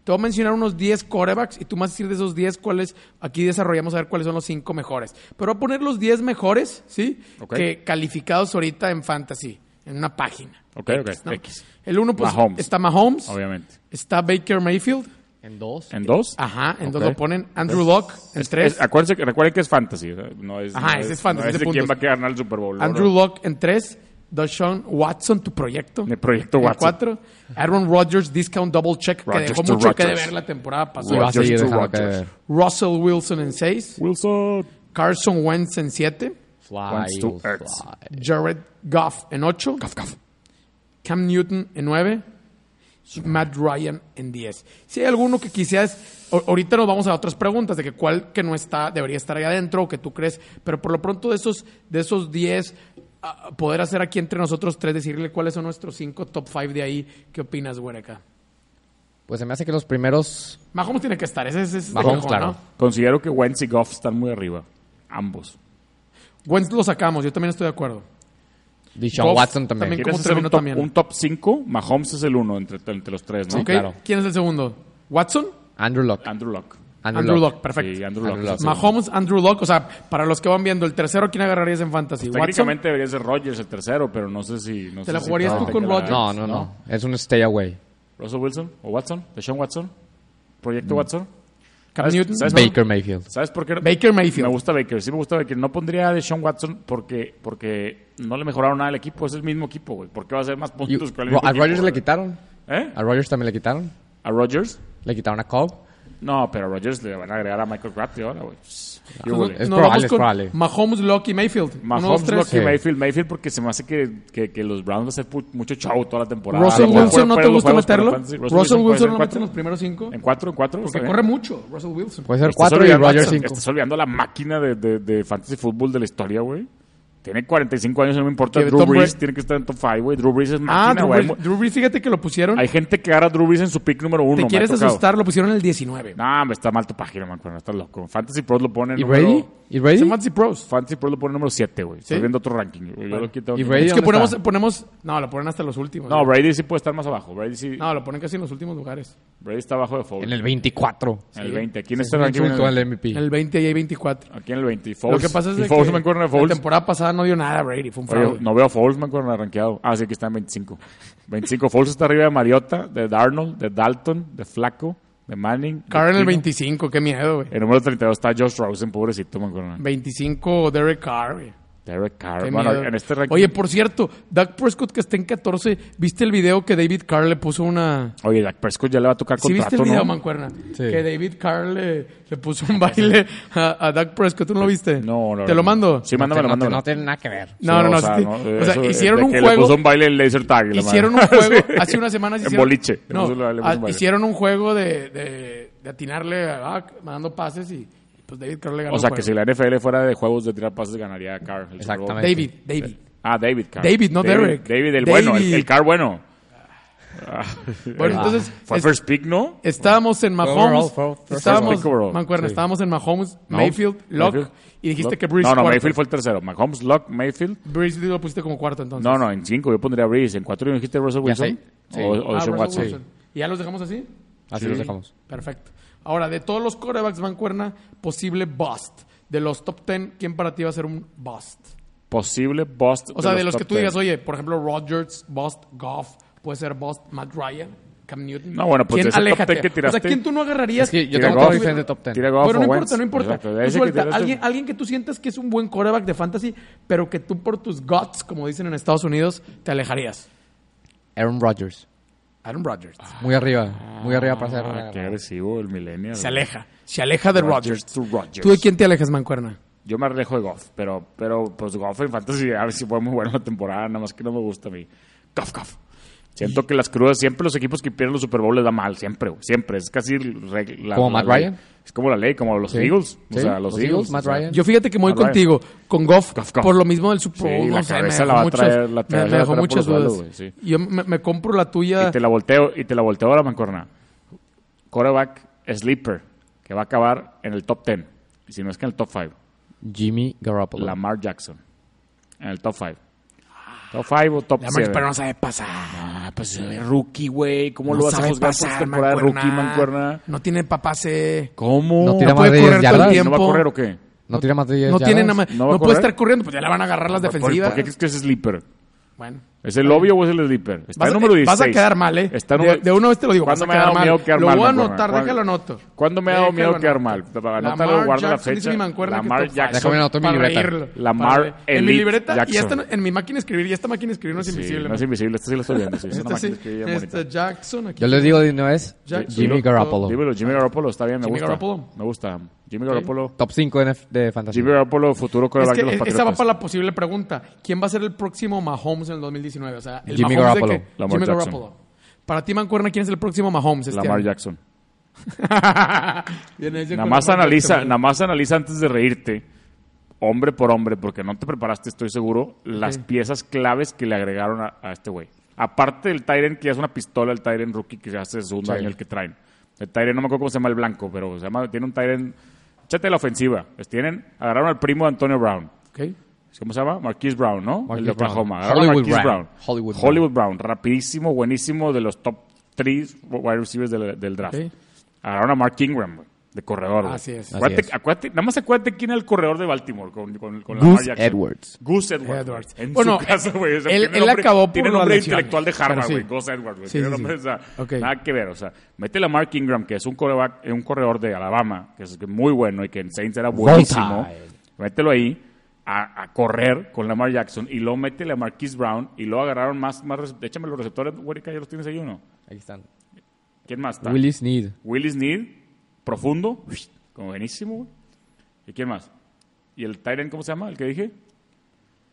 A: Te voy a mencionar unos 10 corebacks y tú me vas a decir de esos 10 cuáles, aquí desarrollamos a ver cuáles son los 5 mejores. Pero voy a poner los 10 mejores, ¿sí?
B: Ok.
A: Que calificados ahorita en fantasy, en una página.
B: Ok, ok.
A: ¿no?
B: X.
A: El 1 pues,
B: Mahomes.
A: está Mahomes,
B: Obviamente.
A: está Baker Mayfield,
C: En dos.
B: ¿En dos?
A: ajá, en dos
B: Ok.
A: lo ponen, Andrew Locke, Ah, en
B: Es-
A: 3,
B: es- ah, acuérdense, que- recuerden que es fantasy. o sea, No es,
A: Ajá,
B: no
A: ese es fantasy,
B: No
A: es
B: es
A: de
B: de quién
A: puntos.
B: va a quedar ganar el Super Bowl. ¿no?
A: Andrew
B: No.
A: Locke en 3, Deshaun Watson, tu proyecto.
B: Mi proyecto
A: En
B: Watson.
A: cuatro, Aaron Rodgers, discount double check,
B: Rodgers
A: que dejó
B: to
A: mucho que
B: Rodgers.
A: deber la temporada pasada.
C: Y va a
B: Rodgers
C: seguir
B: to
C: dejando que
B: Rodgers.
A: Russell Wilson en 6,
B: Wilson.
A: Carson Wentz en 7,
C: Fly,
B: to
C: oh,
B: Earth.
C: fly.
A: Jared Goff en 8, Cam Newton en 9, Matt Ryan en 10. Si hay alguno que quizás, o- ahorita nos vamos a otras preguntas de que cuál que no está, debería estar ahí adentro o que tú crees, pero por lo pronto de esos, de esos 10, ah, poder hacer aquí entre nosotros tres, decirle cuáles son nuestros 5 top 5 de ahí, ¿qué opinas, güey, acá?
C: Pues se me hace que los primeros.
A: Mahomes tiene que estar, ese, ese es el
C: Mahomes,
A: mejor,
C: claro.
A: ¿no?
B: Considero que Wentz y Goff están muy arriba. Ambos.
A: Wentz lo sacamos, yo también estoy de acuerdo.
C: Deshaun
A: Goff
C: Watson también.
A: también.
B: ¿Quieres
A: ¿Cómo
B: hacer
A: terminó
B: un top,
A: también?
B: un top 5? Mahomes es el uno entre, entre los tres, ¿no?
A: Ok,
C: claro.
A: ¿Quién es el segundo? ¿Watson?
C: Andrew Locke.
B: Andrew Locke.
C: Andrew,
A: Andrew
C: Luck.
A: Luck, perfecto.
B: Sí, Andrew Locke.
C: Andrew Locke.
B: Sí.
A: Mahomes, Andrew Locke, o sea, para los que van viendo, el tercero, ¿quién agarrarías en fantasy? ¿Watson?
B: Técnicamente debería ser Rodgers el tercero, pero no sé si... No
A: ¿Te
B: sé
A: la
B: si
A: jugarías
B: tenga
A: tú con
B: la-
A: Rodgers?
C: Ah, No, no, no, Es un stay away.
B: ¿Russell Wilson o Watson? ¿Deshaun Watson? ¿Proyecto
A: Mm.
B: Watson?
A: Cam
B: ¿Sabes-
A: Newton?
B: ¿sabes,
C: Baker Mayfield.
B: ¿Sabes por qué? no?
A: Baker Mayfield.
B: Me gusta Baker, sí me gusta Baker. No pondría a Deshaun Watson porque, porque no le mejoraron nada al equipo. Es el mismo equipo, güey. ¿Por qué va a hacer más
C: Y-
B: puntos con el
C: Ro-
B: mismo
C: a
B: equipo,
C: Rodgers le
B: güey?
C: quitaron.
B: ¿Eh?
C: A Rodgers también le quitaron.
B: ¿A Rodgers?
C: Le quitaron a Cobb.
B: No, pero a Rodgers le van a agregar a Michael Crabtree ahora, güey. Qué
A: Nos-
B: huele.
C: Es
A: nos
C: probable,
A: vamos
C: es
A: con
C: probable.
A: Mahomes, Locke y Mayfield. Uno, eh, dos,
B: Mahomes,
A: tres.
B: Locke y
C: Sí.
B: Mayfield. Mayfield porque se me hace que, que, que los Browns va a hacer pu- mucho show toda la temporada.
A: Russell
B: A lo mejor
A: Wilson,
B: fuera
A: ¿no te
B: los
A: gusta
B: juegos para
A: meterlo?
B: fantasy.
A: Russell
B: puede ser
A: Wilson
B: en
A: lo metes en los
B: cuatro.
A: primeros cinco.
B: ¿En cuatro? ¿En cuatro?
A: Porque
B: está bien.
A: corre mucho, Russell Wilson.
C: Puede ser
B: Estás
C: 4 y
B: olvidando-
C: Rodgers
B: estás-
C: 5.
B: Estás olvidando la máquina de, de, de fantasy fútbol de la historia, güey. Tiene 45 años, no me importa.
A: Que
B: Drew
A: Tom
B: Brees
A: Brady-
B: tiene que estar en top 5, güey. Drew Brees
A: ah,
B: es máquina,
A: Drew
B: güey.
A: Brees, Drew Brees, fíjate que lo pusieron.
B: Hay gente que agarra a Drew Brees en su pick número uno.
A: ¿Te
B: me ha
A: quieres
B: tocado.
A: asustar? Lo pusieron en el 19.
B: No, me está mal tu página, man. cuando Estás loco. Fantasy Pros lo pone en
C: ¿Y
B: número...
C: Brady?
A: Es
C: ¿Y
A: en
C: Brady?
A: Fantasy Pros.
B: Fantasy Pros lo pone en número 7, güey. Estoy
A: ¿Sí?
B: viendo otro ranking. güey. Yo lo quito.
C: ¿Y Brady?
A: Es que
C: dónde
A: ponemos,
C: está?
A: ponemos... No, lo ponen hasta los últimos.
B: No,
A: güey.
B: Brady sí puede estar más abajo. Brady sí...
A: No, lo ponen casi en los últimos lugares.
B: Brady está abajo de Fowl.
C: En el 24.
B: En el 20. Aquí en
C: Es
B: este
C: un
B: ranking...
C: insulto
B: viene-
C: al MVP.
A: En el 20 y hay 24.
B: Aquí en el 20.
A: eh. Lo
B: Foles.
A: que pasa es
B: Y
A: de
B: Foles
A: que
B: me acuerdo de
A: la
B: Foles.
A: temporada pasada no dio nada Brady, fue un
B: Oye,
A: fraude.
B: no veo a Foles, man, con arranqueado. Ah, sí, aquí está en 25. 25. Foles está arriba de Mariota, de Darnold, de Dalton, de Flaco, de Manning. de
A: Carr en el
B: Kino.
A: 25, qué miedo, güey.
B: El número 32 está Josh Rosen, pobrecito, man, con
A: 25 Derek Carr, güey.
B: Derek Carr.
A: Qué
B: Bueno,
A: miedo.
B: en este ranking.
A: Oye, por cierto, Doug Prescott que está en 14, ¿viste el video que David Carr le puso una...
B: Oye, Dak Prescott ya le va a tocar
A: ¿Sí
B: contrato,
A: viste el video,
B: ¿no?
A: Mancuerna?
C: Sí.
A: Que David Carr le, le puso un baile a, a Doug Prescott, ¿tú no lo viste?
B: No, no.
A: ¿Te lo
B: no.
A: mando?
B: Sí,
C: No te-
B: mándamelo,
C: no te-
B: mándamelo.
C: No tiene nada que ver.
A: No, no, no.
B: O sea,
A: sí,
B: no,
A: o sea,
B: eso de-
A: hicieron
B: de
A: un
B: que
A: juego...
B: Le puso un baile el laser tag. y la
A: Hicieron un
B: madre.
A: juego,
B: Sí.
A: hace unas semanas
B: En
A: hicieron,
B: boliche. Le
A: no,
B: puso- le puso
A: ah,
B: un baile.
A: hicieron un juego de, de, de atinarle, ah, mandando pases y pues David Carr le ganó.
B: O sea,
A: el
B: que si
A: juego.
B: la NFL fuera de juegos de tirar pases, ganaría a Carr. el Super Bowl.
C: Exactamente.
A: David, David.
B: Ah, David Carr.
A: David, no Derek.
B: David, el bueno, el,
A: David.
B: el Carr bueno.
A: Bueno, entonces
B: Fue
A: es-
B: ah, first pick, ¿no?
A: estábamos en Mahomes,
C: Overall, fue first
A: estábamos,
B: pick overall.
A: Mancuerna,
C: Sí.
A: estábamos en Mahomes,
B: No.
A: Mayfield, Locke
B: Mayfield.
A: y dijiste
B: Locke.
A: que Breeze
B: No, no,
A: cuarto.
B: Mayfield fue el tercero. Mahomes, Locke, Mayfield.
A: Breeze lo pusiste como cuarto entonces.
B: No, no, en cinco yo pondría a Breeze. En cuatro yo dijiste Russell Wilson.
C: sé. Sí.
B: O, o
A: Ah,
B: Deshaun
A: Russell
B: Watson.
A: Wilson. ¿Y ya los dejamos así?
C: Así
B: Sí.
C: los dejamos.
A: Perfecto. Ahora, de todos los corebacks Mancuerna, posible bust. De los top 10, ¿quién para ti va a ser un bust?
B: Posible bust.
A: O sea, de los que
B: top
A: tú digas,
B: 10.
A: oye, por ejemplo, Rodgers, Bust, Goff, puede ser Bust, Matt Ryan, Cam Newton.
B: No, bueno, pues
A: ¿Quién
B: de ese top
A: aléjate?
B: 10 que
A: O sea,
B: tiraste-
A: ¿quién tú no agarrarías?
C: Es que yo
B: Tira
C: tengo
B: Goff.
C: todo diferente top 10.
B: Tira Goff
A: Bueno,
B: o
A: no
B: Wentz.
A: importa, no importa.
B: Exacto,
A: Tú
B: de ese que
A: suelta,
B: tiraste-
A: alguien, alguien que tú sientas que es un buen coreback de fantasy, pero que tú por tus guts, como dicen en Estados Unidos, te alejarías.
C: Aaron Rodgers.
A: Aaron Rodgers.
C: Muy arriba. Muy arriba para ser.
B: Ah, qué agresivo el millennial.
A: Se aleja. Se aleja de
B: Rodgers
A: Rodgers.
B: to Rodgers.
A: ¿Tú de quién te alejas, Mancuerna?
B: Yo me alejo de Goff, pero, pero pues Goff en Fantasy a ver si fue muy buena la temporada, nada más que no me gusta a mí. Goff, Goff. Siento que las crudas, siempre los equipos que pierden los Super Bowl les da mal, siempre, güey, siempre. Es casi reg- la,
C: ¿Como
B: la
C: Matt
B: ley.
C: Ryan?
B: Es como la ley, como los
C: Sí.
B: Eagles. O
C: Sí,
B: sea, los,
C: los
B: Eagles.
C: Eagles,
B: o
C: Matt
B: sea,
C: Ryan.
A: Yo fíjate que me voy
B: Alright.
A: contigo con Goff,
B: Goff, Goff.
A: por lo mismo del Super Bowl.
B: Sí, la
A: no sé, me
B: cabeza
A: dejó
B: la va a
A: muchos-
B: traer- la traer-
A: me- me
B: la va a
A: dejó
B: traer por
A: muchas
B: los
A: dudas.
B: suelos, güey, sí.
A: Yo me, me compro la tuya.
B: Y te la volteo, y te la volteo a la mancorna. Coreback Sleeper, que va a acabar en el top 10. Y si no es que en el top 5.
C: Jimmy Garoppolo.
B: Lamar Jackson. En el top 5. Top 5 o top
A: La
B: 7.
A: marcha, pero no sabe pasar.
B: Ah, pues se ve rookie, güey. ¿Cómo
A: no
B: lo vas a
A: sabe
B: juzgar por
A: pasar,
B: temporada de rookie,
A: mancuerna.
B: mancuerna?
A: No tiene papase.
B: ¿Cómo?
C: No tira
B: ¿No
C: más
A: puede
C: de
A: correr
C: 10
A: todo el
C: yardas.
A: tiempo.
B: va a correr o qué?
C: No tira más de 10
A: No tiene
C: yardas.
A: nada más.
B: ¿No
A: No,
B: va a
A: puede
B: correr?
A: estar corriendo, pues ya la van a agarrar las
B: ¿Por- por-
A: defensivas.
B: ¿Por qué crees que es Sleeper?
A: Bueno.
B: ¿Es el obvio o es el Sleeper? Está
A: Vas,
B: el número
A: eh,
B: 16.
A: vas a quedar mal, ¿eh?
B: Está
A: de,
B: número-
A: de una vez te lo digo, vas
B: ¿Cuándo
A: a
B: me ha
A: quedar
B: dado
A: mal.
B: miedo quedar
A: lo
B: mal,
A: voy a
B: mancuerna?
A: anotar,
B: ¿Cuándo-
A: déjalo anoto.
B: ¿Cuándo me ha dado
A: Déjalo
B: miedo quedar mal?
A: anoto.
B: Para anotarlo,
A: Lamar
B: guarda la
A: Jackson dice
B: fecha.
A: mi mancuerna que
B: Lamar
A: top five.
B: Jackson.
C: Déjame anotar mi
A: Para
C: libreta.
A: reírlo.
B: Lamar
A: Para reír. En mi
B: Elite
A: libreta y
B: Jackson.
A: esta no- en mi máquina escribir y esta máquina escribir no es
B: Sí,
A: invisible.
B: no es
A: man.
B: invisible, esta sí la estoy viendo. Sí, es una
A: Esta sí, este
B: máquina que escribe bien
A: esta
B: bonita.
A: Jackson aquí.
C: Yo les digo de una vez,
A: Jackson.
C: Jimmy Garoppolo.
B: Dímelo, Jimmy Garoppolo está bien, me
A: Jimmy
B: gusta.
A: Garoppolo.
B: Me gusta. Jimmy Garoppolo.
C: Top 5 de, de fantasía.
B: Jimmy Garoppolo, futuro
A: Es
B: coreback
A: que
B: de los
A: e-
B: Patriotas.
A: esa va para la posible pregunta. ¿Quién va a ser el próximo Mahomes en el 2019? O sea, el Mahomes
C: Jimmy
A: de
C: Garoppolo.
A: que-
B: Lamar
A: Jimmy
B: Jackson.
A: Garoppolo. Para ti, Mancuerna, ¿quién es el próximo Mahomes este
B: Lamar
A: año?
B: Jackson.
A: Viene ese
B: Nada
A: con
B: más
A: Lamar
B: analiza,
A: Jackson.
B: nada más analiza antes de reírte, hombre por hombre, porque no te preparaste, estoy seguro, las piezas claves que le agregaron a, a este güey. Aparte del Tyren, que ya es una pistola, el Tyren rookie que ya hace segundo
C: Sí.
B: año el que traen. El Tyren, no me acuerdo cómo se llama el blanco, pero se llama, tiene un Tyren. Échate la ofensiva. Pues tienen, agarraron al primo de Antonio Brown.
A: Ok.
B: ¿Cómo se llama? Marquise Brown, ¿no?
C: Marquise
B: el de Oklahoma.
C: Brown.
B: Agarraron a
C: Hollywood
B: Marquise
C: Brown.
B: Brown.
C: Hollywood Brown.
B: Brown. Rapidísimo, buenísimo, de los top 3 wide receivers del, del draft.
A: Ok.
B: Agarraron a Mark Ingram, güey, de corredor. güey.
A: Así es.
B: Acuérdate,
C: Así es.
B: acuérdate- nada más acuérdate quién era el corredor de Baltimore con, con, con
C: Gus
B: Lamar Jackson.
C: Edwards.
B: Gus Edwards.
A: Edwards.
B: güey. En
A: Bueno,
B: su casa, güey. o sea,
A: él-
B: tiene
A: él
B: nombre-
A: acaba por
B: Tiene
A: las
B: nombre de
A: lesiones.
B: intelectual de
A: Pero
B: Harvard,
A: sí.
B: güey. Gus Edwards, güey.
A: Sí,
B: Tiene
A: sí, sí.
B: nombre, o sea,
A: Ok.
B: Nada que ver. O sea, métele a Mark Ingram, que es un, corredor un corredor de Alabama, que es muy bueno y que en Saints era buenísimo.
C: Voltaire.
B: Mételo ahí a, a correr con Lamar Jackson y luego métele a Marquise Brown y luego agarraron más, más rece- échame los receptores, güey, que ya los tienes ahí uno.
C: Aquí están.
B: ¿Quién más está?
C: Willis Need.
B: Willis Need, profundo, uy, como buenísimo. güey. ¿Y quién más? ¿Y el Tyrant cómo se llama? ¿El que dije?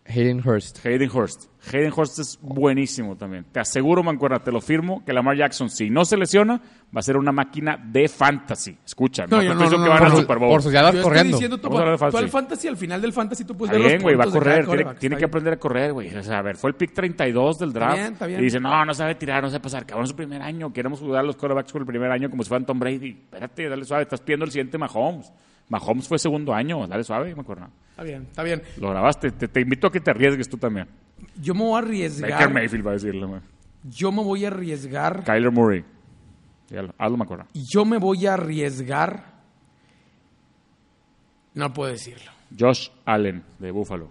C: Hayden Hurst.
B: Hayden Hurst. Hayden Hurst es buenísimo también. Te aseguro, Mancuerna, te lo firmo, que Lamar Jackson, si no se lesiona, va a ser una máquina de fantasy. Escucha,
A: No,
B: no,
A: yo
B: te
A: no,
B: estoy diciendo
A: no,
B: que
A: no,
B: van
A: por
B: al
A: su-
B: Super Bowl.
C: por sus
A: Yo
C: yardas
A: estoy
C: corriendo.
A: diciendo, tú,
B: Vamos a hablar de
A: tú
B: fantasy.
A: al fantasy al final del fantasy tú puedes
B: Está
A: ver
B: bien,
A: los
B: güey, va a
A: puntos de cada
B: correr, tiene,
A: quarterback,
B: tiene
A: está
B: que
A: bien.
B: aprender a correr, güey. O sea, a ver, fue el pick 32 del draft.
A: bien, está bien.
B: Y dice, no, no sabe tirar, no sabe pasar, cabrón, es su primer año. Queremos jugar a los quarterbacks con el primer año como si fueran Tom Brady. Espérate, dale suave, estás pidiendo el siguiente Mahomes. Mahomes fue segundo año, dale suave, me acuerdo.
A: Está bien, está bien.
B: Lo grabaste, te, te invito a que te arriesgues tú también.
A: Yo me voy a
B: Baker
A: arriesgar.
B: Mayfield va a decirlo, güey.
A: Yo me voy a arriesgar.
B: Kyler Murray. Ya lo- Hazlo, me acuerdo.
A: Yo me voy a arriesgar. No puedo decirlo.
B: Josh Allen, de Buffalo.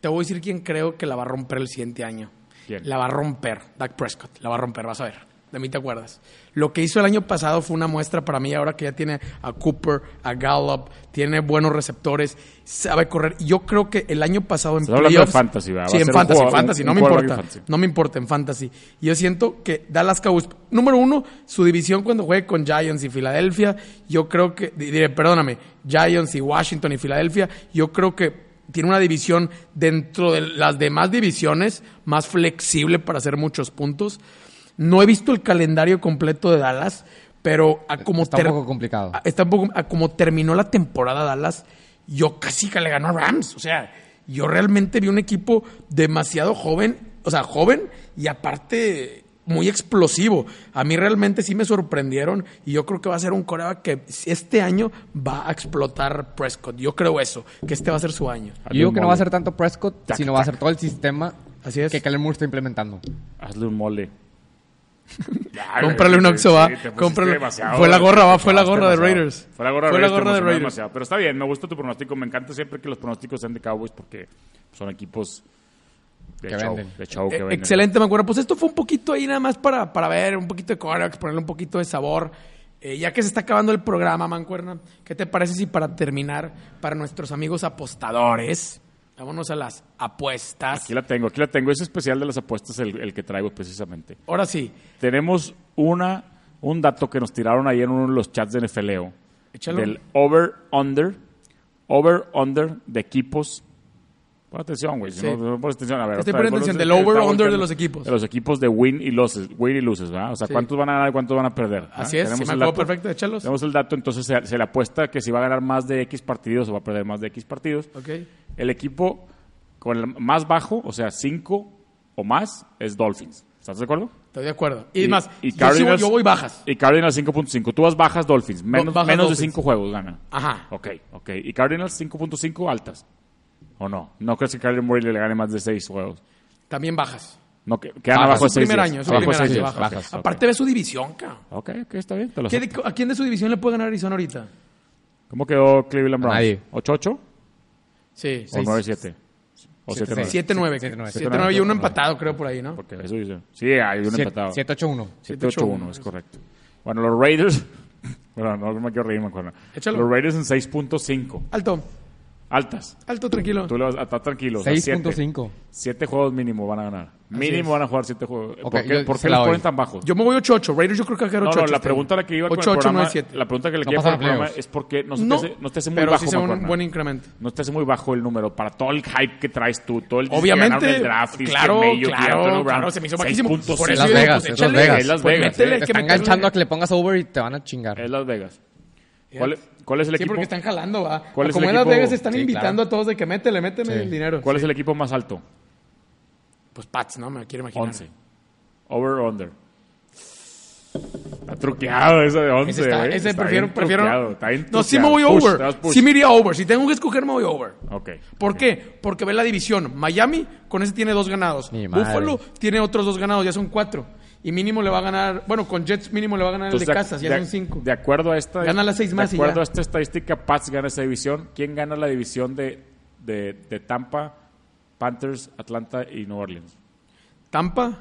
A: Te voy a decir quién creo que la va a romper el siguiente año.
B: ¿Quién?
A: La va a romper, Dak Prescott. La va a romper, vas a ver. De mí te acuerdas. Lo que hizo el año pasado fue una muestra para mí, ahora que ya tiene a Cooper, a Gallup, tiene buenos receptores, sabe correr. Y Yo creo que el año pasado en
B: Estás hablando de
A: playoffs-
B: fantasy, ¿verdad? Va
A: Sí,
B: a
A: en
B: ser un
A: fantasy,
B: jugador-
A: fantasy,
B: un-
A: no
B: un
A: me
B: quarterback
A: importa.
B: en fantasy.
A: No me importa en fantasy. Y Yo siento que Dallas Cowboys, número uno, su división cuando juegue con Giants y Filadelfia, yo creo que, di- diré, perdóname, Giants y Washington y Filadelfia, yo creo que tiene una división dentro de las demás divisiones más flexible para hacer muchos puntos. No he visto el calendario completo de Dallas, pero a como
C: Está un
A: ter-
C: poco complicado.
A: a- está un poco- a como terminó la temporada Dallas, yo casi que le ganó a Rams. O sea, yo realmente vi un equipo demasiado joven, o sea, joven y aparte muy explosivo. A mí realmente sí me sorprendieron y yo creo que va a ser un coreback que este año va a explotar Prescott. Yo creo eso, que este va a ser su año.
B: Hazle
C: Yo digo
B: un
C: que no va a
B: mole.
C: ser tanto Prescott,
B: Tac,
C: sino va a ser todo el sistema
A: Así es.
C: que Kyler Moore está implementando.
B: Hazle un mole. Ay,
A: Cómprale
B: güey,
A: un Oxxo, va.
B: sí, te pusiste
A: Cómprale-
B: demasiado,
A: fue la
B: güey,
A: gorra,
B: te
A: va, fue la
B: pasaste
A: gorra de
B: demasiado.
A: Raiders.
B: Fue la gorra de
A: Fue la
B: Raiders. te
A: gorra de
B: emocioné
A: Raiders.
B: demasiado. Pero está bien, me gusta tu pronóstico. Me encanta siempre que los pronósticos sean de Cowboys porque son equipos de
C: Que
B: show.
C: venden.
B: De show que
A: Eh,
B: venden.
A: Excelente, me acuerdo. Pues esto fue un poquito ahí nada más para, para ver un poquito de corax, ponerle un poquito de sabor. Eh, ya que se está acabando el programa, Mancuerna, ¿qué te parece si para terminar, para nuestros amigos apostadores, vámonos a las apuestas?
B: Aquí la tengo, aquí la tengo. Es especial de las apuestas el, el que traigo precisamente.
A: Ahora sí,
B: Tenemos una, un dato que nos tiraron ayer en uno de los chats de NFLeo.
A: Échalo.
B: Del over-under Over, under de equipos. Pon atención, güey. Si
A: Sí. Este
B: no, no pones atención, a ver.
A: Estoy
B: otra vez,
A: poniendo atención
B: volvemos-
A: del over,
B: estamos
A: under de
B: buscando-
A: los equipos.
B: De los equipos de win y losses. Win y losses, ¿verdad? O sea,
A: Sí.
B: ¿cuántos van a ganar y cuántos van a perder? ¿verdad?
A: Así es, si
B: Ah, Tenemos
A: me
B: el
A: acuerdo
B: dato.
A: perfecto, échalos.
B: Tenemos el dato, entonces se, se le apuesta que si va a ganar más de X partidos o va a perder más de X partidos.
A: Ok.
B: El equipo con el más bajo, o sea, 5 o más, es Dolphins. ¿Estás de acuerdo?
A: Estoy de acuerdo. Y, más,
B: y
A: yo, sigo-
B: Cardinals-
A: yo voy bajas.
B: Y Cardinals 5.5. Tú vas bajas Dolphins. Men-
A: No, bajas
B: menos de
A: Dolphins.
B: 5 juegos ganan.
A: Ajá.
B: Ok, ok. ¿Y Cardinals 5.5 altas? ¿O no? ¿No crees que Kyler Murray le gane más de 6 juegos?
A: También bajas.
B: No, que, quedan
A: Bajas,
B: abajo de
A: su
B: 6
A: primer
B: días.
A: año, su
B: Abajo de
A: primer
B: seis
A: año,
B: días.
A: bajas.
B: Ok, ok.
A: Aparte ve su división, cabrón.
B: Ok, ok, está bien. Te lo
A: ¿Qué
B: acepto.
A: de- ¿A quién de su división le puede ganar Arizona ahorita?
B: ¿Cómo quedó Cleveland Browns?
C: Nadie.
B: ¿8-8
A: Sí,
B: o 9-7? ¿O 7-9?
A: 7-9.
C: Siete, nueve.
A: 7-9 y uno empatado, creo, por ahí, ¿no?
B: Porque eso dice. Sí, hay un empatado.
C: 7-8-1.
B: 7-8-1, es correcto. Bueno, los Raiders. Bueno, no me quiero reír, me acuerdo.
A: Échalo.
B: Los Raiders en 6.5.
A: Alto,
B: Altas.
A: alto, tranquilo.
B: Tú le vas a estar tranquilo. o sea, siete.
C: 6.5.
B: Siete juegos mínimo van a ganar. Mínimo
A: es.
B: van a jugar siete juegos.
C: Ok,
B: ¿Por qué,
C: yo
B: por
C: se
B: qué
C: la
B: los
C: doy.
B: ponen tan bajos?
A: Yo me voy 8-8. Raiders yo creo que va a quedar
B: no,
A: 8-8.
B: no, la
A: este
B: pregunta a
A: año.
B: la que iba con el
A: 8-8,
B: programa,
A: 9-7.
B: la pregunta que le
C: No
B: quiero con el
C: pasa a playoffs.
B: programa es porque no se te
A: No,
B: hace, no te hace muy
A: pero
B: bajo,
A: sí se ve un
B: Macuarna.
A: buen incremento.
B: No te hace muy bajo el número para todo el hype que traes tú, todo el dices que
A: Obviamente,
B: ganaron el draft, y es que
A: claro,
B: Mayo, que
A: claro,
B: Antonio Brown,
A: claro, se me hizo bajísimo.
B: 6.5.
A: Por
B: Es
A: eso
C: Las
A: yo digo,
B: Las
C: Vegas,
A: pues,
C: es
A: échale,
C: Las Vegas.
A: pues,
B: Es Las Vegas,
A: métele, que
B: eh.
C: Te
A: meterle.
C: están enganchando a que le pongas over y te van a chingar.
B: Es Las Vegas. ¿Cuál, cuál es el
A: Sí,
B: este equipo?
A: porque están jalando, ¿va?
B: ¿Cuál es
A: Como
B: el
A: en Las
B: equipo?
A: Vegas están
C: Sí,
A: invitando a todos de que métele, méteme
C: Sí.
A: el dinero.
B: ¿Cuál es el equipo más alto?
A: Pues Pats, ¿no? Me quiero imaginar.
B: 11. Over or under. Está truqueado ese de 11.
A: Ese, está-
B: güey.
A: ese
B: eh, Está
A: prefiero...
B: bien truqueado,
A: prefiero
B: está bien
A: no, sí me
B: truqueado.
A: voy
B: Push, te
A: over.
B: das push.
A: Sí me iría over. Si tengo que escoger, me voy over.
B: Ok.
A: ¿Por qué? Porque ve la división. Miami con ese tiene dos ganados.
C: Ni madre.
A: Buffalo tiene otros dos ganados, ya son cuatro. Y mínimo le va a ganar, bueno, con Jets mínimo le va a ganar
B: Entonces,
A: el de
B: ac-
A: Casas, ya
B: de-
A: son cinco.
B: De acuerdo a esta.
A: Gana las seis más y
B: De acuerdo
A: ya.
B: a esta estadística, Pats gana esa división. ¿Quién gana la división de, de, de Tampa, Panthers, Atlanta y New Orleans?
A: Tampa,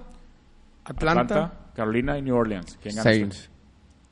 A: Atlanta,
B: Carolina y New Orleans. ¿Quién gana esta?
C: Saints.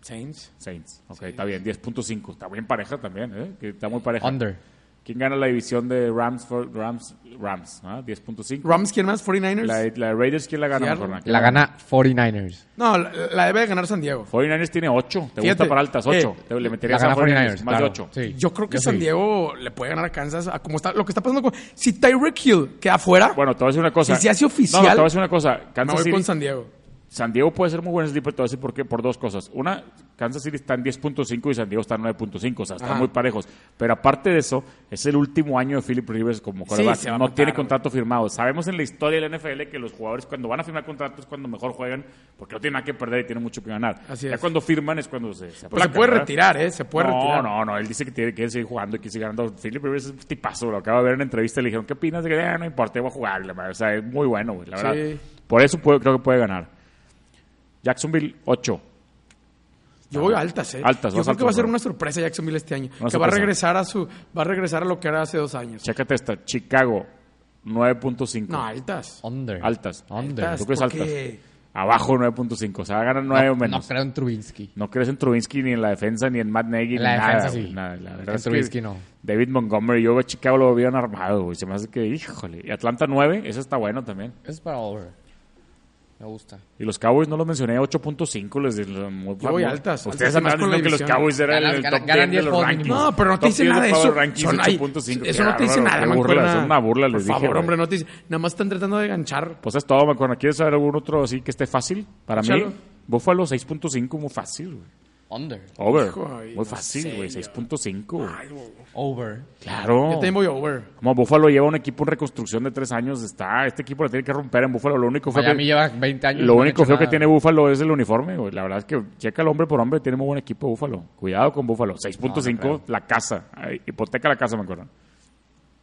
A: Saints.
B: Saints. Ok, está bien. 10.5. Está bien pareja también, ¿eh? Que está muy pareja.
C: Under.
B: ¿Quién gana la división de Rams, for- Rams, Rams? ¿ah? 10.5.
A: Rams, ¿quién más? 49ers.
B: La, E. de- la de Raiders, ¿quién la gana?
A: Seattle.
B: Macorna? ¿Quién
C: La gana 49ers.
A: No, la, la debe de ganar San Diego.
B: 49ers tiene 8. ¿Te gusta
A: Fíjate,
B: para altas? 8.
A: eh,
B: Te, le
C: La
B: meterías
C: gana
B: a 49ers.
C: 49ers.
B: Más de
C: claro.
B: 8.
C: Sí.
A: Yo creo que
C: Yo
A: San
C: sí.
A: Diego le puede ganar a Kansas a como está, lo que está pasando con... Si Tyreek Hill queda fuera,
B: Bueno, te voy a decir una cosa.
A: Si se hace oficial,
B: No, no, te voy a decir una cosa.
A: me
B: Kansas
A: voy
B: City,
A: con San Diego.
B: San Diego puede ser muy buen sleeper, te voy a decir por qué. Por dos cosas. Una, Kansas City está en 10.5 y San Diego está en 9.5. O sea, están
A: Ajá.
B: muy parejos. Pero aparte de eso, es el último año de Philip Rivers como quarterback.
A: se va a
B: no
A: matar,
B: tiene
A: güey.
B: contrato firmado. Sabemos en la historia de la NFL que los jugadores cuando van a firmar contratos es cuando mejor juegan porque no tienen nada que perder y tienen mucho que ganar.
A: Así
B: ya
A: es.
B: cuando firman es cuando se, se
A: Pues se
B: aplacan,
A: puede
B: ¿verdad?
A: retirar, ¿eh? Se puede
B: no,
A: retirar.
B: no, no. Él dice que tiene que seguir jugando y que sigue ganando. Philip Rivers es un tipazo. Lo acabo de ver en entrevista. Le dijeron, ¿qué opinas? De que "Ah, no importa, voy a jugar. la madre". O sea, es muy bueno, güey, la
A: Sí.
B: verdad. Por eso puedo- creo que puede ganar. Jacksonville, 8.
A: Yo voy a altas, ¿eh?
B: Altas,
A: Yo
B: vas
A: creo que va a
B: altas,
A: ser
B: bro.
A: una sorpresa Jacksonville este año.
B: Una
A: que va a
B: sorpresa.
A: regresar a su... Va a regresar a lo que era hace dos años.
B: Chécate esta. Chicago, 9.5.
A: No, altas.
C: Under.
B: Altas.
C: Under.
A: Altas.
B: ¿Tú crees
A: ¿por
B: altas?
A: qué?
B: Abajo, 9.5. O sea, ganan 9
C: No,
B: o
C: Ah, no
B: menos. No,
C: creo en Trubinsky.
B: crees en Trubinsky ni en la defensa ni en Matt Nagy
C: En
B: ni
C: la
B: nada.
C: defensa,
B: güey,
C: sí.
B: nada. La verdad
C: En
B: es que
C: Trubisky, no.
B: David Montgomery, yo a Chicago lo habían armado, güey. Se me hace que, híjole. Y Atlanta 9, ese está bueno también.
C: Es para over. Me gusta.
B: Y los Cowboys no los mencioné, 8.5. Les, les- muy
A: Yo voy
B: famoso.
A: altas,
B: Ustedes
A: altas
B: andaban
A: más con la
B: diciendo que los
A: división.
B: Cowboys eran
C: Ganan-
B: el
C: ganan-
B: top
C: ganan
B: 10 de
C: 10
B: los
C: por
B: rankings.
A: No, pero no te
B: Top
A: dice
B: 10
A: nada de
B: Power
A: eso.
B: Rankings,
A: Son ahí-
B: 8.5.
A: Eso no te dice
B: Qué
A: nada,
B: bárbaro, qué burla,
A: mancuerna.
B: Son una burla, les
A: Por
B: dije.
A: favor,
B: güey.
A: hombre, no te dice. Nada más están tratando de ganchar.
B: Pues es todo, Macorna. ¿Quieres saber algún otro así que esté fácil? Para
A: Échalo.
B: mí, Buffalo 6.5, muy fácil. güey.
C: Under.
B: Over.
A: Hijo, ay,
B: muy
A: no
B: fácil,
A: sé,
B: güey.
A: yo.
B: 6.5. güey.
C: Over.
B: Claro.
A: Yo también voy over.
B: Como Buffalo lleva un equipo en reconstrucción de tres años, está. Este equipo lo tiene que romper en Buffalo. Lo único fue
C: Miami
B: que.
C: lleva 20 años.
B: Lo
C: no ha
B: único
C: hecho
B: feo que
C: nada.
B: tiene Búfalo es el uniforme, güey. La verdad es que checa el hombre por hombre, tiene muy buen equipo Búfalo. Cuidado con Búfalo. 6.5,
C: No, no creo.
B: la casa. Ay, hipoteca la casa, me acuerdo.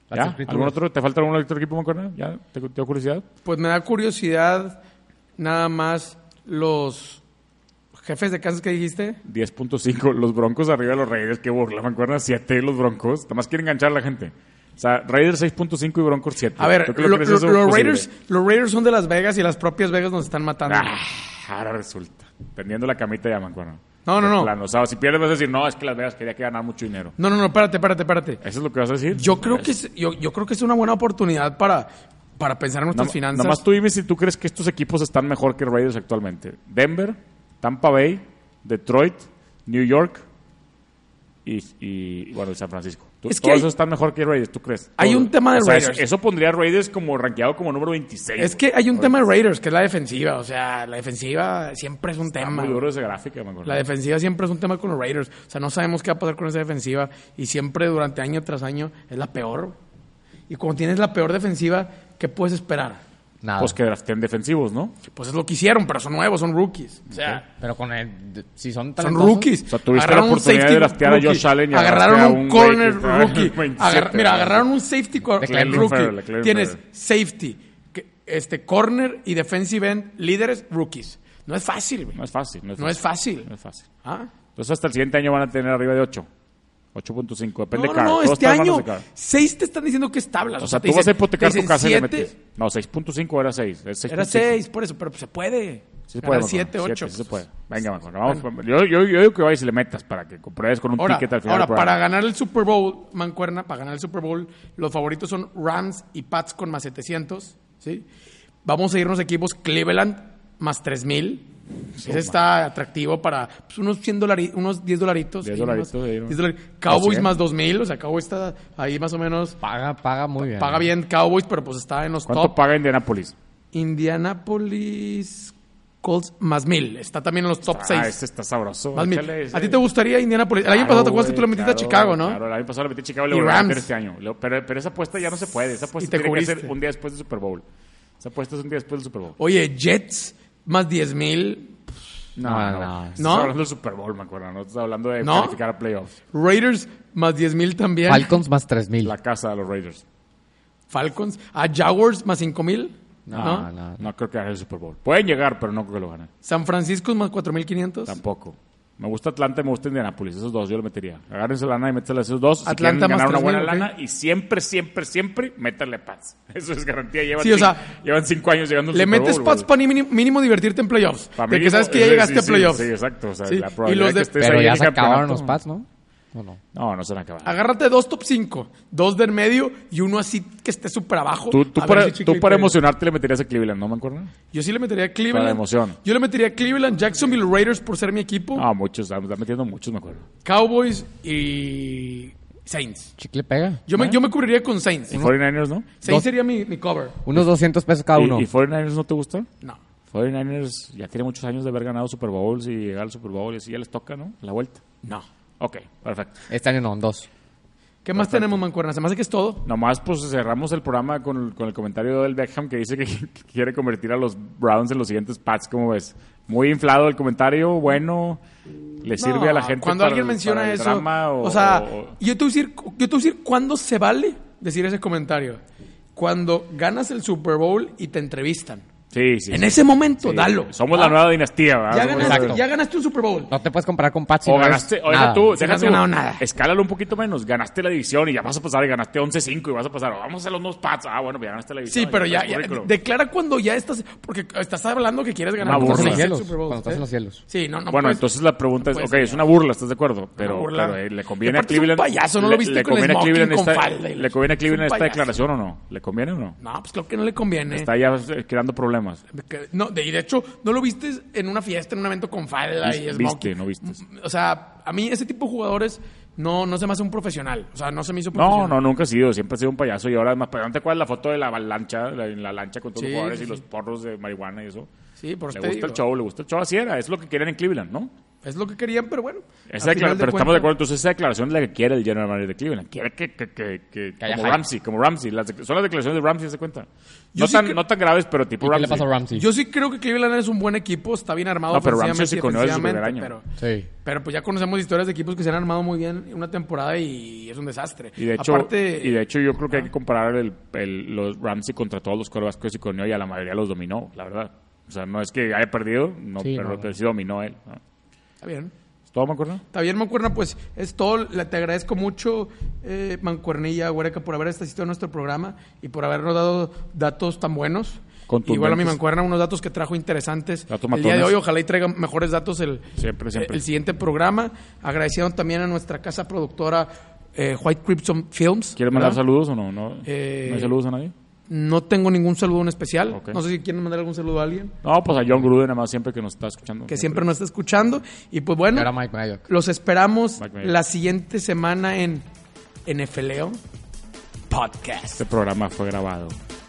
C: Las
B: ¿Ya?
C: escrituras.
B: ¿Algún otro? ¿Te falta algún otro equipo, me acuerdo? ¿Ya? ¿Te, te dio curiosidad?
A: Pues me da curiosidad nada más los jefes de Kansas que dijiste.
B: 10.5. Los Broncos arriba de los Raiders. Qué burla, me acuerdo. 7 los Broncos. Nada más quieren enganchar a la gente. O sea, Raiders 6.5 y Broncos 7.
A: A ver,
B: ¿Tú qué
A: lo-
B: crees
A: lo-
B: eso
A: los,
B: posible?
A: Raiders, los Raiders son de Las Vegas y las propias Vegas nos están matando.
B: Ah, ahora resulta. Tendiendo la camita ya, me acuerdo.
A: No, no,
B: De
A: no.
B: plano. O sea, si pierdes vas a decir, no, es que Las Vegas quería que ganar mucho dinero.
A: No, no, no, espérate, espérate, espérate.
B: ¿Eso es lo que vas a decir?
A: Yo creo que es, yo, yo creo que es una buena oportunidad para, para pensar en nuestras
B: Nada-
A: finanzas.
B: Nada más tú dime si tú crees que estos equipos están mejor que Raiders actualmente. Denver, Tampa Bay, Detroit, New York y, y bueno, y San Francisco. Tú-
A: Es que
B: todos
A: hay-
B: esos están mejor que Raiders, ¿tú crees?
A: Hay
B: Todos.
A: un tema de
B: O sea, eso-
A: Raiders.
B: Eso pondría a Raiders como rankeado como número 26.
A: Es que hay un tema de Raiders, que es la defensiva. O sea, la defensiva siempre es un
B: Está
A: tema.
B: muy duro esa gráfica, me acuerdo.
A: La defensiva siempre es un tema con los Raiders. O sea, no sabemos qué va a pasar con esa defensiva. Y siempre durante año tras año es la peor. Y cuando tienes la peor defensiva, ¿qué puedes esperar?
C: Nada.
B: Pues que draften defensivos, ¿no?
A: Pues es lo que hicieron, pero son nuevos, son rookies. O sea,
C: Pero con el. de- Si son
A: son
C: talentosos-
A: rookies.
B: O sea, tuviste
A: Agarraron
B: la
A: un
B: oportunidad
A: safety
B: de draftear a
A: rookie.
B: Josh Allen y
A: Agarraron
B: agarraste a
A: un
B: un
A: corner
B: güey que
A: rookie.
B: estaba en
A: Agarra-
B: 27,
A: mira,
B: ¿no?
A: agarraron un safety cor-
C: De Cleveland
A: rookie.
B: Farrell, de Cleveland
A: Tienes
B: Farrell.
A: safety, que- este corner y defensive end, líderes, rookies. No es fácil, güey.
B: No es fácil. No es
A: No es
B: fácil.
A: fácil.
B: No es fácil.
A: ¿Ah?
B: Entonces hasta el siguiente año van a tener arriba de 8. 8.5.
A: No,
B: Depende de
A: no,
B: cada.
A: no,
B: Todos
A: este
B: están hablando
A: año
B: de cada.
A: seis te están diciendo que es tablas.
B: O sea,
A: te
B: tú vas a
A: dicen-
B: hipotecar
A: te
B: tu
A: dicen
B: casa y le
A: siete,
B: metes. No, 6.5 era 6. Es 6.
A: Era seis, por eso, pero se puede.
B: Sí se
A: Ganar
B: puede, Manolo.
A: siete,
B: Siete,
A: ocho.
B: sí se puede. Venga, Manolo, vamos. Yo, yo, yo digo que vayas y le metas para que compruebes con un
A: Ahora,
B: ticket al final.
A: ahora
B: del programa.
A: para ganar el Super Bowl, Mancuerna, para ganar el Super Bowl, los favoritos son Rams y Pats con más 700, ¿sí? Vamos a irnos equipos Cleveland más 3000. Ese está atractivo para pues, unos 100 dolari- unos 10 dolaritos.
B: 10
A: y unos-
B: dolaritos, ahí, ¿no?
A: 10 dolari- Cowboys
B: 100.
A: más 2000, o sea, Cowboys está ahí más o menos.
C: Paga, paga muy bien.
A: Paga bien Cowboys, pero pues está en los
B: ¿Cuánto
A: top.
B: paga Indianapolis?
A: Indianapolis Colts más 1000. Está también en los top
B: Ah,
A: 6.
B: este está sabroso.
A: más 1000.
B: Échale ese.
A: ¿A ti te gustaría Indianapolis? El año
B: Claro,
A: pasado te acuerdas que
B: güey,
A: tú lo metiste
B: claro,
A: a Chicago, ¿no?
B: Claro, el año pasado le metí a Chicago y le
A: Y
B: volví a meter
A: Rams.
B: este año. Lo- Pero, pero esa apuesta ya no se puede. Esa apuesta
A: te
B: tiene que ser
A: cubriste.
B: un día después del Super Bowl. Esa apuesta es un día después del Super Bowl.
A: Oye, Jets más 10 mil.
C: No, no.
B: Estás
A: ¿No?
B: hablando del Super Bowl, me acuerdo. No estás hablando de
A: ¿No?
B: calificar a playoffs.
A: Raiders más 10 mil también.
C: Falcons más 3000.
B: La casa de los Raiders.
A: Falcons. A Jaguars más 5 mil. Ah.
C: No, no.
B: No creo que gane el Super Bowl. Pueden llegar, pero no creo que lo ganen.
A: San Francisco más 4500.
B: Tampoco. Me gusta Atlanta y me gusta Indianapolis. Esos dos yo los metería. Agárrense lana y métele a esos dos. Si
A: Atlanta
B: quieren ganar
A: más
B: una buena
A: 3,000,
B: lana y siempre, siempre, siempre métale Pats. Eso es garantía. Llevan,
A: Sí, o
B: cinco,
A: sea,
B: llevan cinco años llegando al
A: Le
B: Super
A: metes
B: Bowl,
A: Pats
B: güey.
A: para mínimo, mínimo divertirte en playoffs.
B: Pa'
A: de
B: mínimo,
A: que sabes que
B: sí,
A: ya llegaste
B: sí,
A: a playoffs.
B: Sí, exacto. O sea,
A: Sí,
B: la
A: y los
B: probabilidad
A: de-
B: que estés
C: Pero
B: ahí en
C: ya
B: el
C: se acabaron
B: campeonato-
C: los Pats, ¿no? ¿O no?
B: No, no se han acabado.
A: Agárrate dos top 5. Dos del medio y uno así que esté súper abajo.
B: Tú, tú
A: A ver
B: para,
A: si
B: tú
A: chicle y
B: para
A: pega. Uh.
B: emocionarte le meterías a Cleveland, ¿no me acuerdo?
A: Yo sí le metería a Cleveland.
B: Para emoción.
A: Yo le metería a Cleveland, Jacksonville Raiders por ser mi equipo.
B: No, Ah, muchos. Están están metiendo muchos, me acuerdo.
A: Cowboys y Saints.
C: Chicle pega.
A: Yo
B: ¿Eh?
A: me, yo me cubriría con Saints.
B: ¿Y 49ers no?
A: Saints
C: Dos-
A: sería mi, mi cover.
C: Unos 200 pesos cada
B: Pues, ¿Y,
C: uno.
B: ¿Y 49ers no te gusta?
A: No.
B: 49ers ya tiene muchos años de haber ganado Super Bowls y llegar al Super Bowl y así ya les toca, ¿no? La vuelta.
A: No.
B: Ok, perfecto.
C: Este año no, dos.
A: ¿Qué más tenemos, Mancuerna? Se me hace que es todo.
B: Nomás pues cerramos el programa con, con el comentario del Beckham que dice que, que quiere convertir a los Browns en los siguientes Pats, ¿cómo ves? Muy inflado el comentario, bueno, le sirve
A: No,
B: a la gente
A: Cuando
B: para
A: alguien
B: el- para
A: menciona
B: el
A: eso.
B: drama
A: o,
B: o,
A: sea,
B: o-
A: yo te voy a decir, yo te voy a decir cuándo se vale decir ese comentario. Cuando ganas el Super Bowl y te entrevistan.
B: sí, sí,
A: En
B: sí.
A: ese momento,
B: Sí.
A: dalo.
B: Somos
A: Ah,
B: la nueva dinastía, ¿verdad?
A: Ya
B: Somos
C: ganaste,
A: ganaste,
B: la-
C: Exacto.
A: ya ganaste un Super Bowl.
C: No te puedes comparar con Pats. si
B: O
C: no eres
B: ganaste, oiga
C: nada.
B: tú,
A: Si no has
B: déjate-
A: ganado nada.
B: Escálalo un poquito menos, ganaste la división y ya vas a pasar, y ganaste 11-5 y vas a pasar, vamos a hacer los nuevos Pats. Ah, bueno, ya ganaste la división.
A: Sí, pero ya,
B: traes
A: ya-
B: currículum.
A: declara cuando ya estás. Porque estás hablando que quieres ganar
B: Una
A: cuando
B: burla.
A: estás en el
C: Cuando estás en los
A: Super Bowl,
C: cielos, cuando estás en los cielos.
A: Sí, no, no.
B: bueno,
A: puedes-
B: entonces la pregunta es,
A: puedes
B: ok, es una burla, ¿estás de acuerdo? Pero,
A: burla.
B: pero, eh, ¿le
A: Y
B: conviene a
A: aparte es un
B: Cleveland?
A: payaso, ¿no lo
B: le-
A: viste
B: le
A: con
B: conviene a
A: smoking,
B: Cleveland
A: con
B: esta,
A: falda y la-
B: ¿Le conviene a
A: es
B: Cleveland
A: un
B: esta
A: payaso.
B: declaración o no? ¿Le conviene o no?
A: No, pues creo que no le conviene.
B: Está ya eh, creando problemas.
A: Que- No, de, y de hecho, no lo viste en una fiesta, en un evento con falda y
B: Viste,
A: smoking.
B: no vistes.
A: M- O sea, a mí ese tipo de jugadores no, no se me hace un profesional. O sea, pues no se me hizo
B: No,
A: profesional.
B: no, nunca ha sido, siempre ha sido un payaso y ahora además, pero ¿no te acuerdas la foto de la avalancha, la, en la lancha con todos
A: Sí,
B: los jugadores
A: sí,
B: y los porros de marihuana y eso?
A: Sí, por eso
B: Le gusta
A: te digo.
B: el show, le gusta el show, así era, es lo que querían en Cleveland, ¿no?
A: Es lo que querían, pero bueno.
B: Esa
A: al final
B: declara- pero estamos de
A: cuentas-
B: acuerdo, entonces esa declaración es la que quiere el General Manager de Cleveland. Quiere que, que, que, que-
C: haya
B: como
C: hype.
B: Ramsey, como Ramsey. Las de- son las declaraciones de Ramsey, se cuenta.
A: Yo
B: No,
A: sí
B: tan,
A: que-
B: no tan graves, pero tipo
C: ¿Y ¿Qué le
B: Ramsey.
C: pasó a Ramsey?
A: Yo sí creo que Cleveland es un buen equipo, está bien armado
B: No, pero Ramsey
A: ofensivamente
B: se
A: y
B: conoce desde el primer
A: defensivamente,
B: año.
A: pero-
C: Sí.
A: Pero pues ya conocemos historias de equipos que se han armado muy bien en una temporada y es un desastre.
B: Y de, hecho,
A: Aparte, ah.
B: y de hecho yo creo que hay que comparar el, el- los Ramsey contra todos los corebacks que sí conoció y a la mayoría los dominó, la verdad. O sea, no es que haya perdido, no,
C: Sí,
B: pero,
C: no.
B: pero sí dominó él. ¿no?
A: está bien.
B: ¿Es ¿Todo me acuerdo?
A: Está bien, Mancuerna, pues es todo. Le- Te agradezco mucho, eh, Mancuernilla Huereca, por haber asistido a nuestro programa y por habernos dado datos tan buenos.
B: Contundentes.
A: Igual a mi Mancuerna, unos datos que trajo interesantes.
B: Datos
A: el día de
B: matones.
A: hoy, ojalá y traiga mejores datos el,
B: Siempre, siempre.
A: el siguiente programa. Agradeciendo también a nuestra casa productora eh, White Crimson Films.
B: ¿Quieres mandar
A: ¿verdad?
B: saludos o no? ¿No,
A: Eh,
B: ¿No hay saludos a nadie?
A: No tengo ningún saludo en especial.
B: Ok.
A: No sé si quieren mandar algún saludo a alguien
B: No, pues a John Gruden, nada más siempre que nos está escuchando.
A: que siempre nos está escuchando. Y pues bueno,
C: Era Mike Mayock.
A: los esperamos
B: Mike Mayock.
A: la siguiente semana en NFLeo Podcast.
B: Este programa fue grabado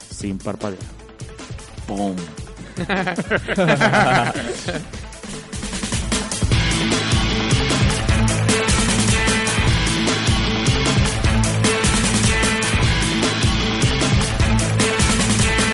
B: sin parpadear. ¡Pum!